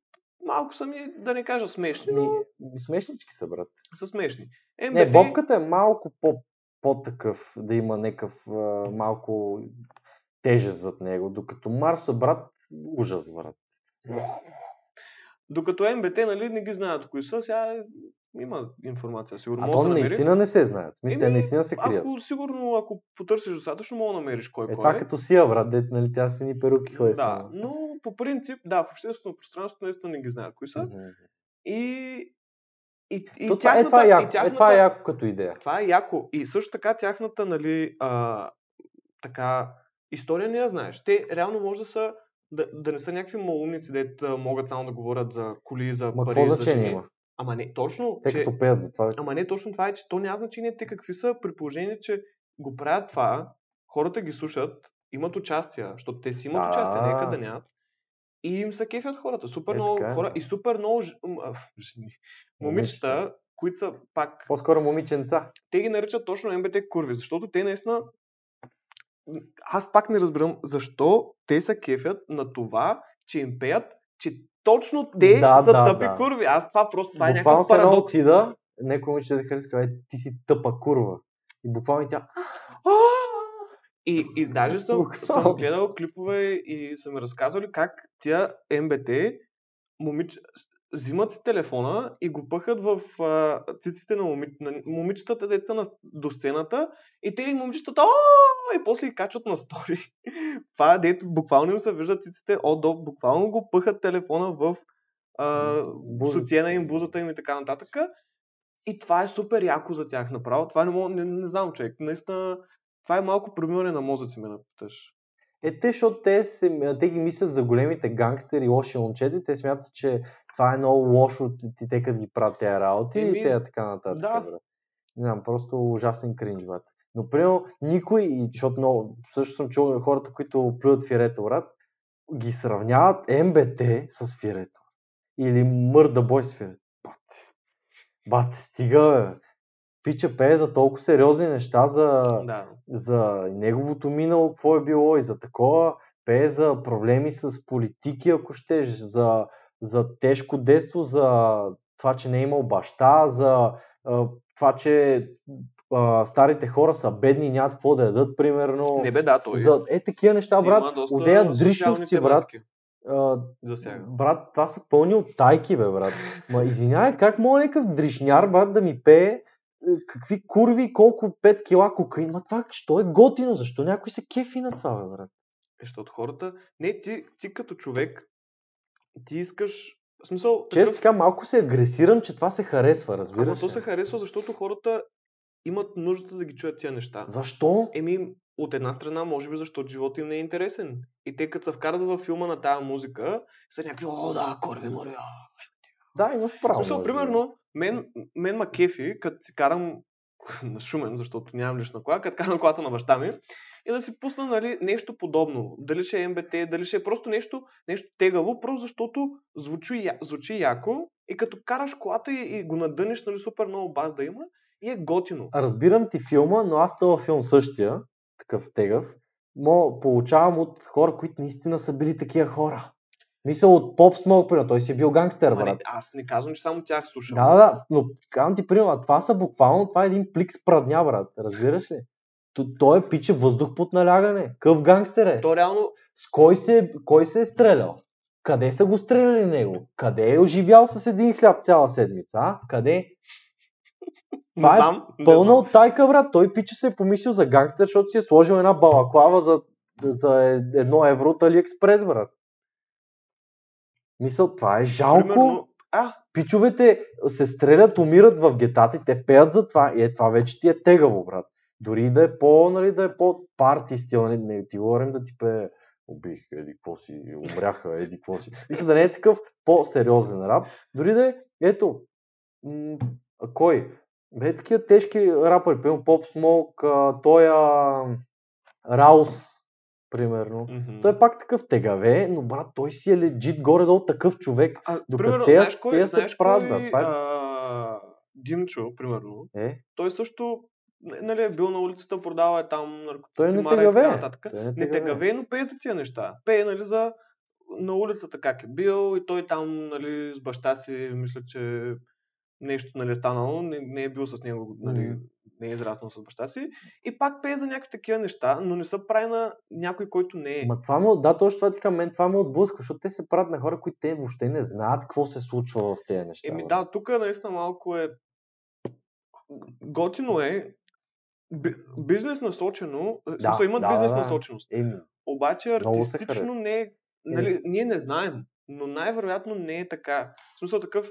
A: малко са ми, да не кажа смешни,
B: Ми,
A: но
B: ми смешнички са, брат.
A: са смешни. МБТ,
B: Не, бобката е малко по, по-такъв, да има някакъв а, малко тежест зад него, докато Марсо, брат, ужас, брат.
A: докато МБТ, нали, не ги знаят кои са, сега е, има информация, сигурно.
B: А
A: може да
B: то
A: се намери.
B: наистина не се знаят. Мисля, те
A: Еми,
B: наистина се крият.
A: Ако, сигурно, ако потърсиш достатъчно, мога да намериш кой
B: Е,
A: кой
B: това
A: е.
B: като сия, брат, дет, нали, тя си ни перуки ходи
A: Да,
B: само.
A: но по принцип, да, в общественото пространство наистина не ги знаят кои са.
B: Мгм.
A: И, и, и
B: То това- Е, това
A: тяхната-
B: е
A: и
B: яко, е, това
A: тяхната-
B: е яко като идея.
A: Това е яко. И също така тяхната, нали, а, така, история не я знаеш. Те реално може да са, да, да не са някакви малумници, дето могат само да говорят за коли, за
B: Ма
A: пари,
B: какво
A: за жени.
B: значение има?
A: Ама не, точно,
B: Те
A: че,
B: като пеят за това.
A: ама не, точно това е, че то няма значение те какви са, при положение, че го правят това, хората ги слушат, имат участия, защото те си имат
B: Да.
A: участие, нека да нямат. И им се кефят хората. Супер
B: Е,
A: много
B: така е,
A: хора
B: да.
A: и супер много ж... м, а, жени.
B: Момичета.
A: момичета, които са пак
B: По-скоро момиченца.
A: те ги наричат точно МБТ курви, защото те наистина... Аз пак не разбирам защо те се кефят на това, че им пеят, че точно те
B: Да,
A: са
B: да,
A: тъпи
B: да.
A: курви. Аз това просто това е
B: Буквално
A: някакъв
B: се едно
A: парадокс.
B: отида, някой момиче да хареса, казва, е, ти си тъпа курва. И буквално тя,
A: А! И, и даже съм,
B: Буквално.
A: съм гледал клипове и са ми разказвали как тия МБТ момич... с- взимат си телефона и го пъхат в а, циците на, моми... на момичетата деца на... до сцената и те и момичетата «О!» и после ги качват на стори. Това дето буквално им се виждат циците от до, буквално го пъхат телефона в а,
B: Бузата.
A: сутиена им, бузата им и така нататък. И това е супер яко за тях направо. Това не, мога, не, не знам, човек. Наистина, това е малко промиване на мозъци, ме напиташ.
B: Е, те, защото те, се, те ги мислят за големите гангстери, лоши момчета, и те смятат, че това е много лошо, ти- ти те като ги правят тези работи
A: Еми,
B: и те така нататък.
A: да.
B: брат. Не знам, просто ужасен кринж, брат. Но, примерно, никой, и защото много, също съм чувал хората, които плюят фирето, брат, ги сравняват МБТ с фирето. Или мърда бой с фирето. Бате. Бате, стига, бе. Пича пее за толкова сериозни неща, за
A: Да.
B: за неговото минало, какво е било и за такова, пее за проблеми с политики, ако щеш, за, за тежко детство, за това, че не е имал баща, за а, това, че а, старите хора са бедни, нямат какво да ядат, примерно.
A: Не бе, да, той.
B: За... Е, такива неща,
A: си има
B: брат.
A: доста
B: Одея
A: социални
B: дришовци, брат.
A: тематики.
B: А,
A: Засяга.
B: брат, това са пълни от тайки, бе, брат. Ма извинявай, как мога някакъв дришняр, брат, да ми пее е, какви курви, колко 5 кила кокаин. Ма това, що е готино? Защо някой се кефи на това, бе,
A: Е,
B: брат?
A: Защото хората... Не, ти, ти като човек, ти искаш... В смисъл,
B: Често
A: такъв-
B: така, малко се агресирам, че това се харесва, разбира
A: Ама
B: се.
A: то се харесва, защото хората имат нуждата да ги чуят тия неща.
B: Защо?
A: Еми, от една страна, може би, защото живота им не е интересен. И те, като се вкарат във филма на тая музика, са някакви, о, да, корви море.
B: Да, имаш право.
A: Смисъл,
B: може би.
A: примерно, мен, мен ма кефи, като си карам на шумен, защото нямам лична кола, като карам колата на баща ми, и да си пусна нали, нещо подобно. Дали ще е МБТ, дали ще е просто нещо, нещо тегаво, просто защото звучи, я- звучи яко и като караш колата и, и го надънеш, нали, супер много баз да има, и е готино.
B: Разбирам ти филма, но аз този филм същия, такъв тегъв, но получавам от хора, които наистина са били такива хора. Мисля от Поп Смок, примерно, той си е бил гангстер,
A: Ама не,
B: брат.
A: Нали, аз не казвам, че само тях слушам.
B: Да, да, да, но казвам ти примерно, а това са буквално, това е един плик с прадня, брат, разбираш ли? То- Той е пиче въздух под налягане. Къв гангстер е?
A: То реално
B: С кой се, кой се е стрелял? Къде са го стреляли него? Къде е оживял с един хляб цяла седмица? А? Къде? Това е
A: не знам, не
B: Пълна
A: знам.
B: от тайка, брат. Той пиче се е помислил за гангстер, защото си е сложил една балаклава за, за е- едно евро от Алиекспрес, брат. Мисъл, това е жалко. Примерно...
A: Примерно, а,
B: Пичовете се стрелят, умират в гетата и те пеят за това. И е, това вече ти е тегаво, брат. Дори и да е по, нали, да е по парти стил, не, не ти говорим да ти пее убих, еди, какво си, умряха, еди, какво си. Мисля да не е такъв по-сериозен рап. Дори да е, ето, м- а кой? Бе, такива тежки рапъри, примерно Поп Смок, а, той а, Раус, примерно.
A: мгм.
B: Той е пак такъв тегаве, но брат, той си е легит горе-долу такъв човек.
A: а,
B: докато
A: примерно,
B: те
A: знаеш
B: с-
A: кой,
B: те се
A: знаеш
B: правят, бе,
A: кой,
B: това е-
A: а, Димчо, примерно,
B: Е,
A: той също н- нали, е бил на улицата, продава е там наркотици,
B: Той не
A: мара и
B: тегаве.
A: така нататък.
B: той не
A: Не тегаве, но пее за тия неща. Пее, нали, за на улицата как е бил и той там, нали, с баща си, мисля, че нещо, нали, е станало, не, не е бил с него, нали,
B: Мгм.
A: не е израснал с баща си. И пак пее за някакви такива неща, но не са прави на някой, който не е.
B: Ма това ме, да, точно това така, мен това ме отблъсква, защото те се правят на хора, които те въобще не знаят какво се случва в тези неща.
A: Еми
B: бе.
A: да, тук наистина малко е... Готино е, би- бизнес насочено, да, смисъл, имат
B: да, да,
A: бизнес
B: да.
A: насоченост,
B: Еми,
A: обаче
B: Много се
A: артистично
B: харесва.
A: не е, нали, ние не знаем, но най-вероятно не е така. В смисъл такъв,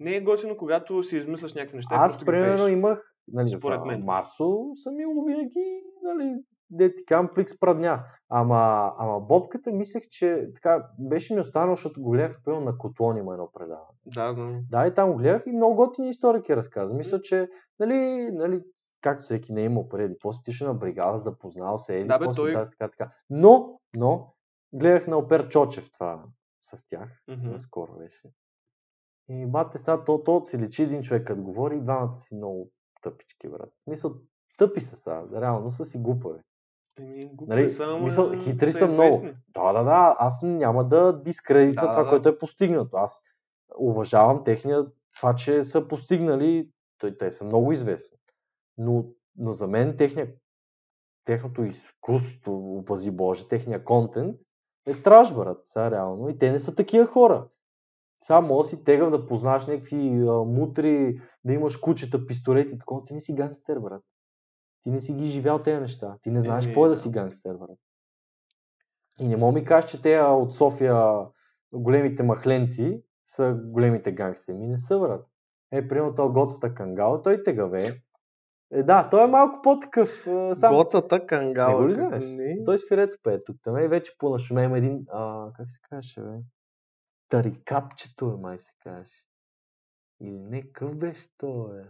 A: не е готино, когато си измисляш някакви неща. и
B: аз
A: просто ги
B: примерно
A: пееш.
B: имах, нали, за
A: Според мен.
B: Марсо съм имал винаги, нали, де ти кам плик с прадня. Ама, ама бобката мислех, че така беше ми останал, защото го гледах примерно на Котлон има едно предаване.
A: Да, знам.
B: Да, и там го гледах и много готини историки разказа. Мисля, че, нали, нали, както всеки не е имал преди, после отишъл на бригада, запознал се, еди,
A: Да, бе,
B: после
A: той-
B: да, така, така. Но, но, гледах на Опер Чочев това с тях,
A: Мгм.
B: наскоро беше. И бате, сега то, то си личи един човек, като говори, и двамата си много тъпички, брат. В Смисъл, тъпи са сега, реално са си глупави.
A: Еми, глупи
B: Нали,
A: са, ама
B: мисъл, хитри са много.
A: известни.
B: Да, да, да, аз няма да дискредитна
A: Да, да,
B: това,
A: да.
B: което е постигнато. Аз уважавам техния, това, че са постигнали, той, те са много известни. Но, но за мен техния, техното изкуство, опази Боже, техния контент е траш, брат, сега реално. И те не са такива хора. Само да си тегав да познаш някакви а, мутри, да имаш кучета, пистолети, такова. Ти не си гангстер, брат. Ти не си ги живял тези неща. Ти не знаеш
A: Еми,
B: какво е да
A: да.
B: си гангстер, брат. И не мога ми кажеш, че те а, от София големите махленци са големите гангстери. Ми не са, брат. Е, примерно този Гоцата Кангал, той тегаве. Е, да, той е малко по-такъв. а, Сам...
A: Гоцата кангала.
B: Не го ли знаеш?
A: Не.
B: Той с фирето пее тук. Там е вече по-нашуме. Има един, а, как се казваше, бе? Тарикапчето е, май се казваше. Или не, къв беше той, е?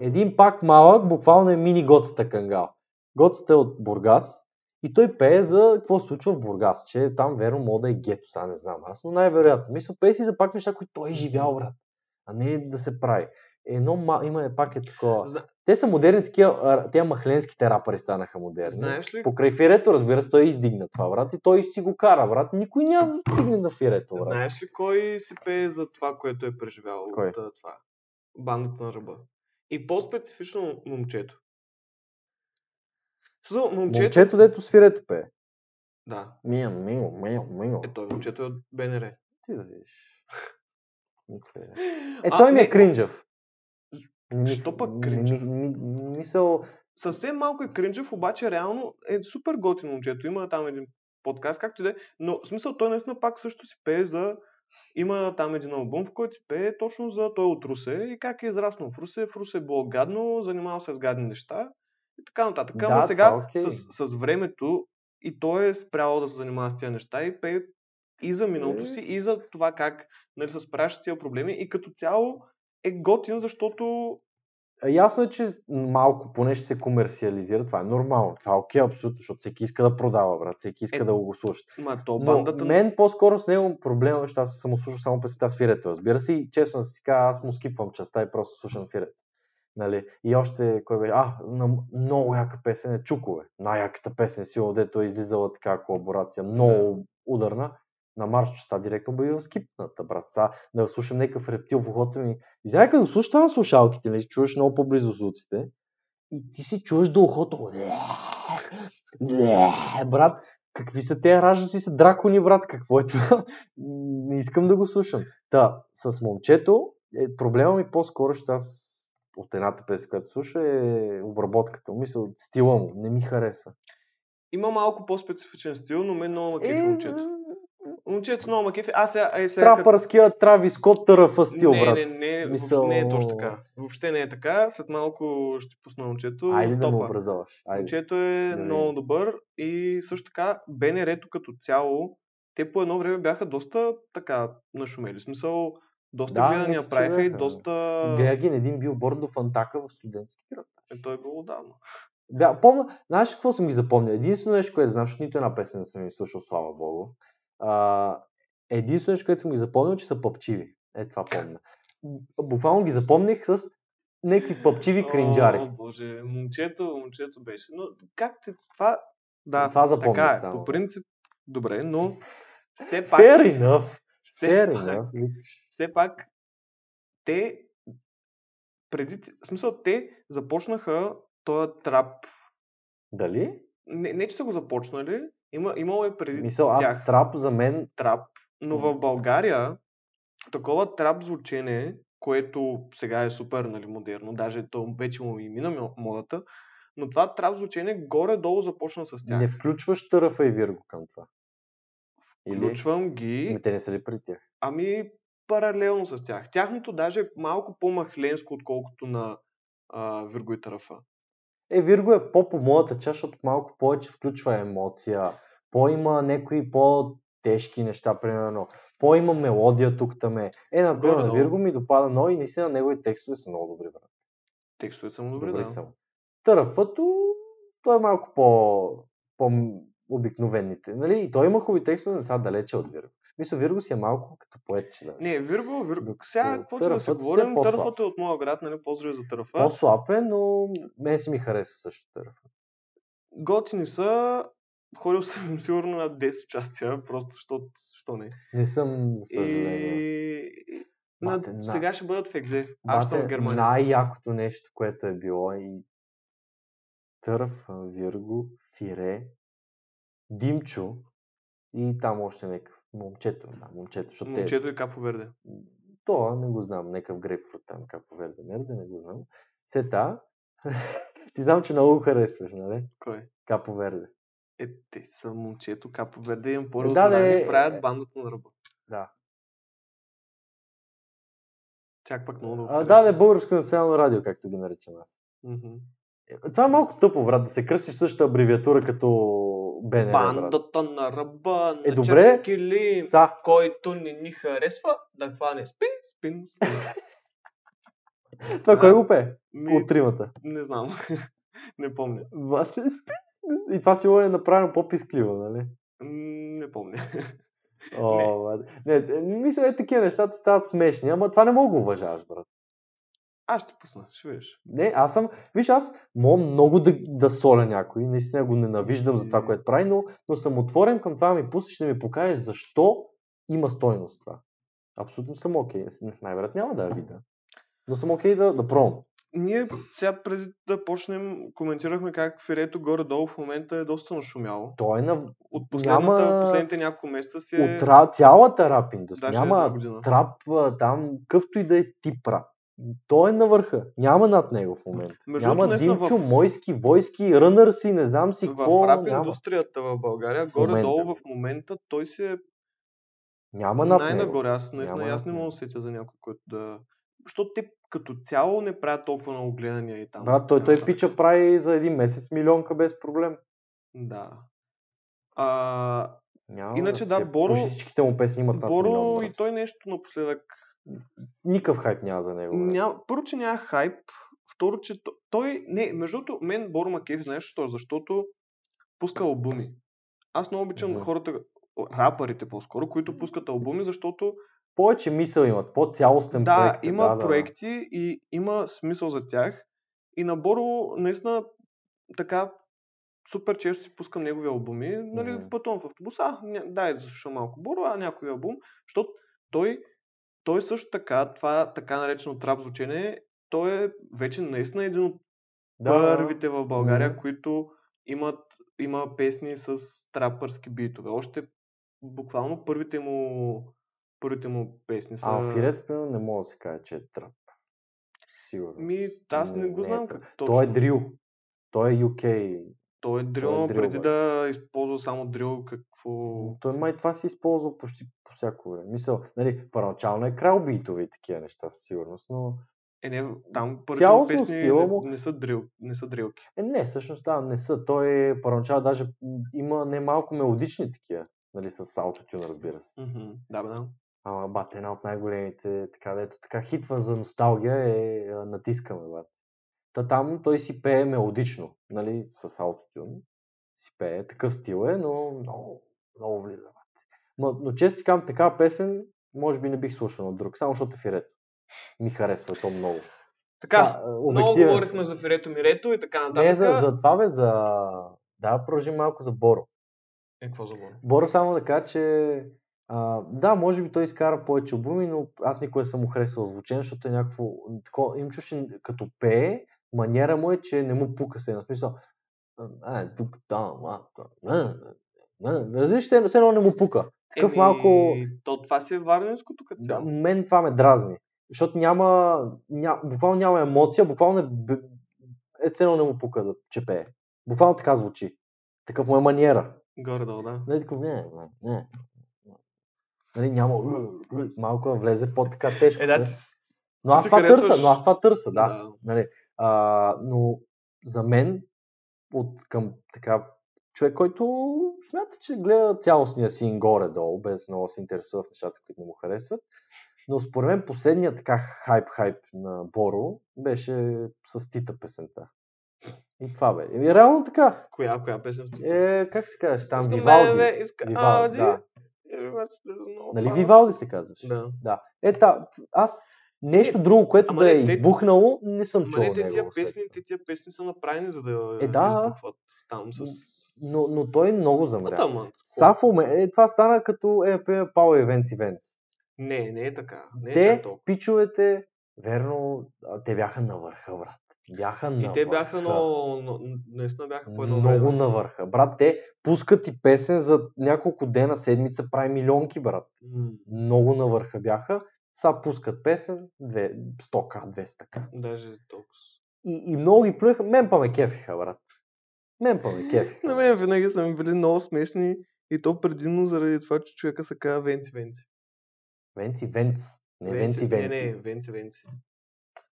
B: Един пак малък, буквално е мини Гоцата Кангал. Гоцата е от Бургас и той пее за какво се случва в Бургас, че там верно мога да е гето, сега не знам аз, но най-вероятно. Мисля, пее си за пак неща, които той е живял, брат, а не да се прави. Едно ма... има е пак е такова.
A: Зна-
B: Те са модерни, такива, тя махленските рапъри станаха модерни.
A: Знаеш ли,
B: Покрай фирето, разбира се, той издигна това, брат, и той си го кара, брат. Никой няма да стигне до фирето, брат.
A: Знаеш ли кой си пее за това, което е преживял
B: Кой?
A: от а, това? Бандата на ръба. И по-специфично момчето. Смисъл, момчето...
B: Момчето, дето свирето пее.
A: Да.
B: Мия, мило, мило, мило.
A: Е, той момчето е от БНР.
B: Ти да видиш. Никаква идея. Е, той ми е кринджав. Не ми-
A: Що пък
B: не ми-
A: кринджав?
B: ми- ми- Мисъл,
A: Съвсем малко е кринджев, обаче реално е супер готин момчето. Има там един подкаст, както и да е. Но в смисъл той наистина пак също си пее за... Има там един албум, в който си пее точно за той от Русе и как е израснал в Русе. В Русе е било гадно, занимавал се с гадни неща и така нататък.
B: Да,
A: Ама сега
B: това е окей.
A: с, с, времето и той е спрял да се занимава с тези неща и пее и за миналото
B: Е.
A: си, и за това как нали, се справяш с тези проблеми. И като цяло е готин, защото
B: ясно е, че малко поне ще се комерциализира. Това е нормално. Това е окей, абсолютно, защото всеки иска да продава, брат. Всеки иска
A: Е,
B: да го слуша.
A: ма, то
B: Но
A: бандата... нали,
B: мен по-скоро с него проблема, защото аз съм слушал само песента с фирето. Разбира се, и честно си кажа, аз му скипвам частта и просто слушам фирето. Нали? И още, кой беше, а, на, много яка песен е Чукове. Най-яката песен, сигурно, дето е излизала така колаборация, много ударна. На марш частта директно бе скипната, брат. Са, да слушам някакъв рептил в ухото ми. Изяка да слушаш това на слушалките, нали? Чуваш много по-близо с уците. И ти си чуваш до ухото. Е, Брат, какви са те раждащи се дракони, брат, какво е това? Не искам да го слушам. Та, с момчето, е, проблема ми по-скоро, ще аз от едната песен, която слуша, е обработката. Мисъл, стила му, не ми харесва.
A: Има малко по-специфичен стил, но мен много макефи
B: Е,
A: момчето. Момчето много макефи. Аз сега, е, сега като-
B: Трапърския Трави Скот търъфа стил,
A: не,
B: брат.
A: не, не,
B: Мисъл,
A: въобще не е точно така. Въобще не е така. След малко ще пусна момчето.
B: Айде да му
A: Топа.
B: образоваш. Айде.
A: Момчето е
B: Да
A: много
B: видим.
A: добър и също така БНР-то като цяло, те по едно време бяха доста така нашумели. В смисъл, доста
B: Да,
A: да, гледания
B: мисля, че
A: правиха и
B: бяха.
A: доста...
B: Гледа ги на един билборд до Фантака в студентски град.
A: Е, той е било давно.
B: Да, помня, знаеш какво съм ги запомнил? Единствено нещо, което знам, защото нито една песен не съм им слушал, слава богу. А, единствено нещо, което съм ги запомнил, че са пъпчиви. Е, това помня. Буквално ги запомних с някакви пъпчиви
A: О,
B: кринджари.
A: боже, момчето, момчето беше. Но как ти това... Да,
B: Това запомних
A: така е.
B: само.
A: По принцип, добре, но все пак...
B: Fair enough.
A: все
B: Fair
A: пак-
B: enough. викаш.
A: все пак те преди, в смисъл, те започнаха този трап.
B: Дали?
A: Не, не че са го започнали, има, имало е преди
B: Мисъл, аз
A: тях
B: трап за мен...
A: трап, но в България такова трап звучене, което сега е супер нали, модерно, даже то вече му и мина мо- модата, но това трап звучене горе-долу започна с тях.
B: Не включваш Търъфа и Вирго към това. Или...
A: Включвам ги.
B: Ами те не са ли при тях?
A: Ами, паралелно с тях. Тяхното даже е малко по-махленско, отколкото на а, Вирго и Тарафа.
B: Е, Вирго е по-по моята част, защото малко повече включва емоция. По-има някои по-тежки неща, примерно. По-има мелодия тук таме. Е, например, на
A: Горе-долу.
B: Вирго ми допада, но и наистина негови текстове са много добри, брат.
A: Текстовете са му добри,
B: Добри
A: да.
B: са. му. Търфато, той е малко по, по обикновените, нали? И той има хубави текстове, но са далече от Вирго. Мисля, Вирго си е малко като поетче, да.
A: Не, Вирго, Вирго.
B: Докато
A: Сега, каквото и да се
B: Тарафът си е
A: говорим,
B: по-слаб.
A: Търфът е от моя град, нали, поздрави за Търфа.
B: По-слаб е, но мен си ми харесва също Търфа.
A: Готини са, ходил съм им сигурно на 10 участия, просто защото, що не.
B: Не съм, за
A: И...
B: съжаление.
A: и- На...
B: Бате, на.
A: Сега ще бъдат в екзе. Аз съм в
B: Бате,
A: Германия.
B: Най-якото нещо, което е било и Търф, Вирго, Фире, Димчо и там още някакъв момчето. Да, момчето, защото те-
A: Момчето и Капо Верде.
B: то не го знам, някакъв грейпфрут там, как поверда мерда, не го знам. Сета, ти знам, че много го харесваш, нали?
A: Кой?
B: Капо Верде.
A: Е, те са момчето, Капо Верде и Емпорио
B: Да,
A: да,
B: де.
A: правят бандата на ръба.
B: Да.
A: Чак пак много да го
B: А, да,
A: харесвам.
B: не, Българско национално радио, както ги наричам аз.
A: Мгм.
B: Е, Това е малко тъпо, брат, да се кръстиш същата абревиатура като БНР, брат.
A: Бандата на ръба, на
B: Е, добре.
A: черки ли,
B: Са,
A: който не ни харесва, да хване спин, спин, спин.
B: това
A: Да.
B: кой го пее?
A: Ми,
B: От тримата.
A: Не знам. не помня.
B: Вате спец. И това си е направено по-пискливо, нали?
A: М, Не помня.
B: О, вате. не. не, мисля, е такива нещата стават смешни, ама това не мога да го уважаваш, брат.
A: Аз ще пусна, ще видиш.
B: Не, аз съм, виж, аз мога много да, да соля някой, наистина го ненавиждам за това,
A: Ти-
B: което прави, но, но съм отворен към това, ми пуснеш да ми покажеш защо има стойност това. Абсолютно съм окей. С- Най-вероятно няма да я видя. Но съм окей да, да пробвам.
A: ние сега преди да почнем, коментирахме как Ферето горе-долу в момента е доста нашумяло.
B: Той е на
A: От последната,
B: Няма-
A: последните няколко месеца си е...
B: отра... цялата рап индустрия.
A: Да, ще е за
B: Няма
A: година.
B: трап а, там, къвто и да е тип рап. Той е на върха. Няма над него в момента.
A: Между
B: няма
A: другото, наистина
B: Димчо,
A: в-
B: Мойски, Войски, Рънър си, не знам си какво.
A: В рап
B: Няма,
A: индустрията в България,
B: В
A: горе-долу
B: момента.
A: в момента, той си е
B: няма над него.
A: най-нагоре. Аз наистина
B: Няма
A: аз
B: над
A: не мога
B: него.
A: да сетя за някой, който да... Защото те като цяло не правят толкова много гледания и там.
B: Брат, той,
A: така
B: той е
A: нататък.
B: пича прави за един месец милионка без проблем.
A: Да. А,
B: Няма,
A: Иначе,
B: брат,
A: да,
B: тия-
A: Боро-
B: почти Всичките му песни имат над милион,
A: Боро
B: брат.
A: и той нещо напоследък. е,
B: Никакъв хайп няма за него. брат.
A: Ня... Първо, че няма хайп. Второ, че то- той... Не, между другото, мен Боро Макеев, знаеш защо? Защото пуска албуми. Аз много обичам
B: Мгм.
A: хората, рапърите по-скоро, които пускат албуми, защото
B: Повече мисъл имат, по-цялостен
A: да,
B: проект. е,
A: има
B: да, да, да.
A: проекти и има смисъл за тях. И на Боро, наистина, така, супер често си пускам негови албуми. Нали,
B: Мгм.
A: пътувам в автобуса, а, ня- дай да слушам малко Боро, а някой албум, защото той, той също така, това така наречено трап звучение, той е вече наистина един от
B: Да,
A: първите в България,
B: Мгм.
A: които имат, има песни с трапърски битове. Още буквално първите му, първите му песни са...
B: А Фирет, примерно, не мога да се каже, че е трап. Сигурно.
A: Ми, аз не,
B: Не,
A: го
B: не е
A: знам
B: така.
A: как точно.
B: Той е дрил. Той е UK.
A: Той е дрил,
B: дрил,
A: преди
B: бе.
A: да използва само дрил, какво...
B: Той май това си използвал почти по всяко време. Мисъл, нали, първоначално е крал битове и такива неща със сигурност, но...
A: Е, не, там първите му
B: Цялостно
A: песни
B: стила
A: не,
B: му-
A: не, са дрил, не са дрилки.
B: Е, не, всъщност да, не са. Той е първоначално даже м, има немалко мелодични такива, нали, с аутотюн, разбира се.
A: Мгм, Да, бе, да.
B: Ама, бат, една от най-големите, така, дето така хитва за носталгия е а, Натискаме, бат. Та там той си пее мелодично, нали, с аутотюн. Си пее, такъв стил е, но много, много влиза, бат. Но, но често ти казвам, такава песен, може би не бих слушал на друг, само защото фирет. Ми харесва то много.
A: Така,
B: Та, а,
A: много
B: обективен
A: говорихме
B: съм.
A: за Ферето Мирето и така нататък.
B: Не, за, за това бе, за... Да, продължи малко за Боро.
A: Е, какво за Боро?
B: Боро само да кажа, че а, да, може би той изкара повече обуми, но аз никога не съм му харесал звучен, защото е някакво... Тако, им чуше като пее, манера му е, че не му пука се. На смисъл, а, е, тук, там, а, а, а, а, Разбираш, все едно- все едно не му пука. Такъв
A: Еми,
B: малко...
A: То това си е варненското като
B: Да,
A: цяло.
B: мен това ме дразни. Защото няма, ня, буквално няма емоция, буквално е, б- е все едно не му пука да чепее. Буквално така звучи. Такъв му е маниера.
A: Горе-долу, да.
B: Нали, такъв, не, не, не. Нали, няма, «Уй, уй», малко да влезе по-така тежко.
A: Е, да,
B: се.
A: ти...
B: но аз
A: си
B: това
A: харесваш-
B: търся, но аз това търся, да.
A: да.
B: Нали, а, но за мен, от към така, човек, който смята, че гледа цялостния син горе-долу, без много да се интересува в нещата, които не му харесват. Но според мен последният така хайп-хайп на Боро беше с Тита песента. И това бе. И реално така.
A: Коя, коя песен сте?
B: Е, как се казваш? Там
A: Иска
B: Вивалди.
A: мене, бе, Иска... Ауди.
B: Вивалди, да.
A: Е, значи, те са много
B: Нали
A: пара.
B: Вивалди се казваш?
A: Да.
B: Да. Е, та, аз нещо друго, което
A: ама
B: да
A: не,
B: е
A: те-
B: избухнало, не съм
A: Ма
B: чувал
A: не, те тия,
B: негово след
A: песни,
B: това.
A: те тия песни са направени, за да
B: Е, да.
A: избухват там с...
B: Но, но той много замря.
A: Потъмън.
B: Сафо ме, е, това стана като е, например, Power Events Events.
A: Не, не е така. Не е
B: те,
A: чак толкова.
B: пичовете, верно, а, те бяха на върха, брат. Бяха на
A: И те бяха, е,
B: върха.
A: но, но наистина бяха по едно
B: Много
A: време.
B: на върха. Брат, те пускат и песен за няколко дена, седмица, прави милионки, брат.
A: М,
B: Много на върха бяха. Са пускат песен, две- 100к, 200к.
A: Даже толкова.
B: И, и много ги плюеха. Мен па ме кефиха, брат. Мен па ме кефиха.
A: На мен винаги са ми били много смешни и то предимно заради това, че човека се казва Венци Венци.
B: Венци, венц. Не, венци,
A: Не,
B: венци.
A: не, Венци Венци.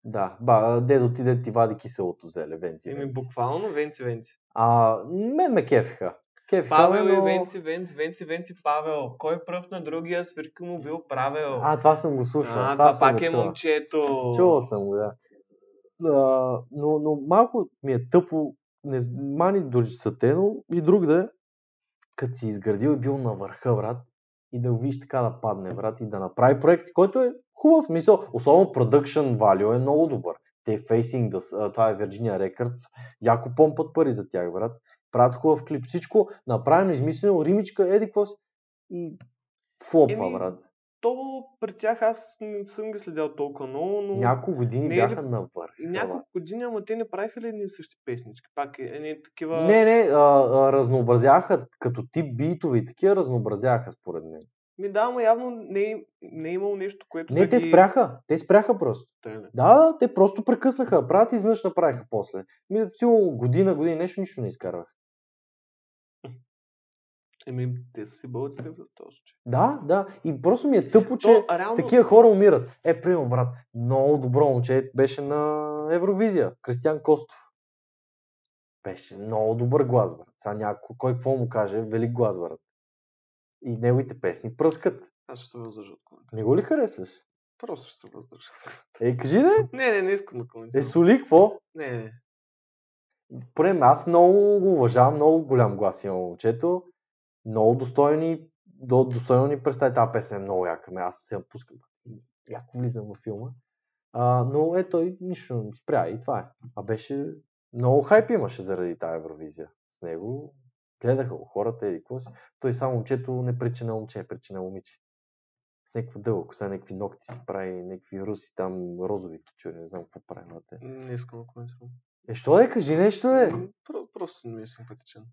B: Да, ба, де дотиде ти вади киселото зеле, венци,
A: Еми,
B: венци.
A: буквално Венци Венци.
B: А, мен ме кефиха. Кефиха,
A: Павел
B: ме, но...
A: и Венци Венци, Венци Венци Павел. Кой е пръв на другия свирки му бил правил?
B: А, това съм го слушал.
A: А,
B: това
A: това
B: съм
A: пак
B: го
A: е
B: чувал.
A: момчето.
B: Чувал съм го, да. А, но, но малко ми е тъпо, не з- мани дори сатено и друг да е, като си изградил и бил на върха, брат, и да го видиш така да падне, брат, и да направи проект, който е хубав мисъл. Особено Production Value е много добър. Те Facing, the, Sun, а, това е Virginia Records, яко помпат пари за тях, брат. Правят хубав клип, всичко направено, измислено, римичка, еди какво си. И флопва,
A: Еми,
B: брат.
A: то при тях аз не съм ги следял толкова много, но
B: Няколко години
A: Не е ли-
B: бяха навър.
A: няколко години, ама те не правиха ли едни и същи песнички? Пак е, едни такива...
B: Не, не, а, а, разнообразяха като тип битове и такива разнообразяха според мен.
A: Ми да, ама явно не, е- не е имало нещо, което
B: Не,
A: да
B: те
A: ги...
B: спряха. Те спряха просто.
A: Тъй ли?
B: Да, те просто прекъснаха. Правят и изведнъж направиха после. Ми, сигурно година, година и нещо, нищо не изкарвах.
A: Еми, те са си бълците в този случай.
B: Да, да. И просто ми е тъпо, че
A: То, а реално...
B: такива хора умират. Е, примерно, брат, много добро момче беше на Евровизия. Кристиан Костов. Беше много добър глас, брат. Сега някой, кой какво му каже, велик глас, брат. И неговите песни пръскат.
A: Аз ще се въздържа от коментар.
B: Не го ли харесваш?
A: Просто ще се въздържа от коментар.
B: Е, кажи да е.
A: Не, не, не искам да коментирам.
B: Е, Соли, какво?
A: Не, не, не.
B: Поне ме, аз много го уважавам, много голям глас има момчето. Много достойни, до, достойно ни представи. Тази песен е много яка. Ме, аз се я пускам. Яко влизам във филма. А, но е, той нищо не спря и това е. А беше... Много хайп имаше заради тази Евровизия. С него гледаха го хората, еди какво си. Той само момчето не прича на момче, прича на момиче. С някаква дълга коса, някакви ногти си прави, някакви руси там, розови кичури, не знам какво прави на те.
A: Не искам да коментирам.
B: Е, що да кажи нещо, е. бе?
A: М, про- просто не ми е симпатичен.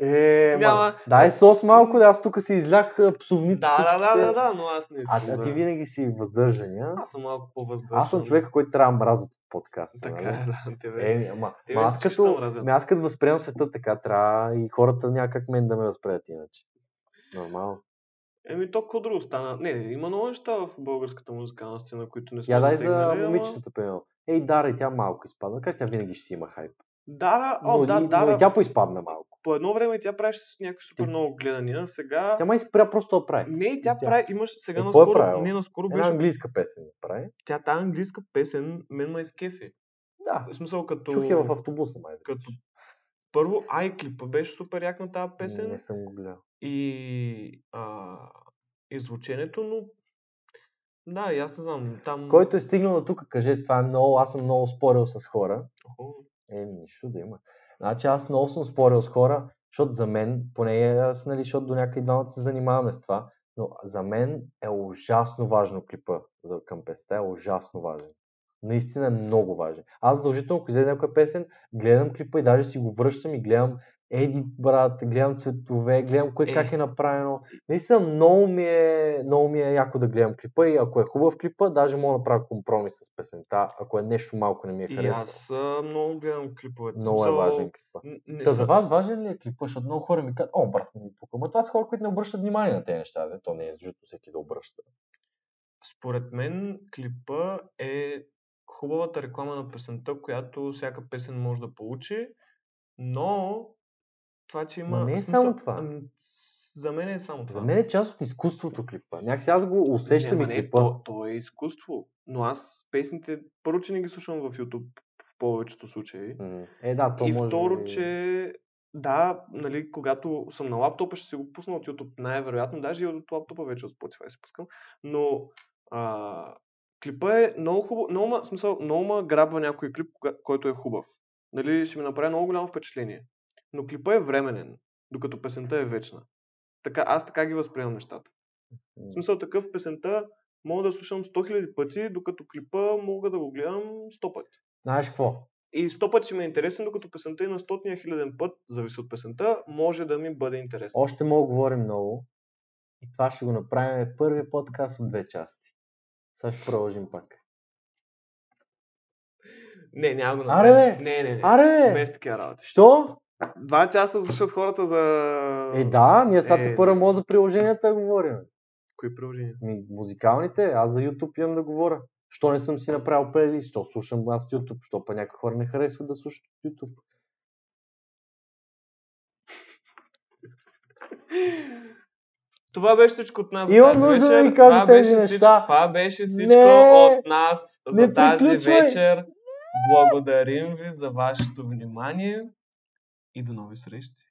B: Е,
A: Няма-
B: ма, дай сос малко, да аз тук си излях а, псовните.
A: Да, да,
B: всичките.
A: да, да, да, но аз не искам.
B: А, а
A: да.
B: ти винаги си въздържания.
A: Аз съм малко по-въздържан.
B: Аз съм човека, който трябва да мразят от подкаста.
A: Така е,
B: нали?
A: да, тебе.
B: Е, ама,
A: Те
B: ама
A: ме
B: аз,
A: всички
B: като,
A: ще мразят.
B: ами аз като възприемам света така, трябва и хората някак мен да ме възприемат иначе. Нормално.
A: Еми, то какво друго стана? Не, не, има много неща в българската музикална сцена, които не сме
B: Я дай за
A: засегнали, ама-
B: момичетата, примерно. Ей, Дара, и тя малко изпадна. Как тя винаги ще си има хайп.
A: Дара,
B: Но,
A: о,
B: и,
A: да,
B: но
A: Дара,
B: и тя поизпадна малко.
A: по едно време тя правеше с някакви супер много гледания, а сега...
B: Тя май спря просто да прави.
A: Не, тя,
B: Тя-
A: прави, имаше сега
B: Е, какво е
A: наскоро,
B: правила?
A: не наскоро
B: Една
A: беше,
B: английска песен прави.
A: тя тази английска песен, мен ме изкефи.
B: Да.
A: В смисъл като...
B: Чух я в автобуса, май.
A: като първо, ай клипа беше супер як на тази песен
B: Не съм го гледал.
A: и а, излучението, но да, и аз не знам, там...
B: Който е стигнал до тук, каже, това е много, аз съм много спорил с хора.
A: Охо,
B: Еми, нищо да има. Значи аз много съм спорил с хора, защото за мен, поне аз, нали, защото до някъде и двамата се занимаваме с това, но за мен е ужасно важно клипа за към песента, е ужасно важен. Наистина е много важен. Аз задължително, ако излезе някоя песен, гледам клипа и даже си го връщам и гледам едит, брат, гледам цветове, гледам кое
A: Е.
B: как е направено. Наистина много ми, е, много ми е яко да гледам клипа и ако е хубав клипа, даже мога да правя компромис с песента, ако е нещо малко не ми е
A: И
B: харесало.
A: аз а, много гледам клиповете.
B: Много е
A: Смисъл,
B: важен клипа.
A: н- Не,
B: Та
A: са-
B: за вас важен ли е клипа? Защото много хора ми казват, о, брат, не ми пука. Ма това са хора, които не обръщат внимание на тези неща. Де. То не е защото всеки да обръща.
A: Според мен клипа е хубавата реклама на песента, която всяка песен може да получи, но това, че има...
B: Ма не е
A: смисъл-
B: само това.
A: Ам, с- За мен е само това.
B: За мен е част от изкуството клипа. Някакси аз го усещам
A: Не,
B: и
A: ма не,
B: клипа.
A: То, то е изкуство. Но аз песните, първо, че не ги слушам в YouTube в повечето случаи.
B: М, Е, да, то
A: и
B: може...
A: второ,
B: би-
A: че да, нали, когато съм на лаптопа, ще си го пусна от YouTube най-вероятно. Даже и от лаптопа вече от Spotify си пускам. Но а, клипа е много хубав. Много, ма- в смисъл, много ма грабва някой клип, кога- който е хубав. Нали, ще ми направи много голямо впечатление. Но клипа е временен, докато песента е вечна. Така, аз така ги възприемам нещата. В
B: М,
A: смисъл такъв песента мога да слушам 100 000 пъти, докато клипа мога да го гледам 100 пъти.
B: Знаеш какво?
A: И 100 пъти ще ми е интересен, докато песента и на 100 хиляден път, зависи от песента, може да ми бъде интересна.
B: Още мога да говорим много. И това ще го направим в първия подкаст от две части. Сега ще продължим пак.
A: Не, няма го
B: Аре, бе!
A: Не, не, не.
B: Аре, бе!
A: Без такива работи.
B: Що?
A: Два часа слушат хората за...
B: Е, да, ние сега
A: Е,
B: те първо
A: да.
B: може за приложенията да говорим.
A: Кои приложения?
B: Ми, музикалните, аз за YouTube имам да говоря. Що не съм си направил плейлист, що слушам аз YouTube, що па някои хора не харесват да слушат YouTube.
A: Това беше всичко от нас. за
B: Имам
A: тази
B: нужда да
A: вечер.
B: ви кажа
A: Това
B: тези
A: беше
B: неща.
A: Всичко, това беше всичко
B: Не!
A: от нас
B: Не
A: за тази
B: приключвай!
A: вечер. Благодарим ви за вашето внимание и до нови срещи.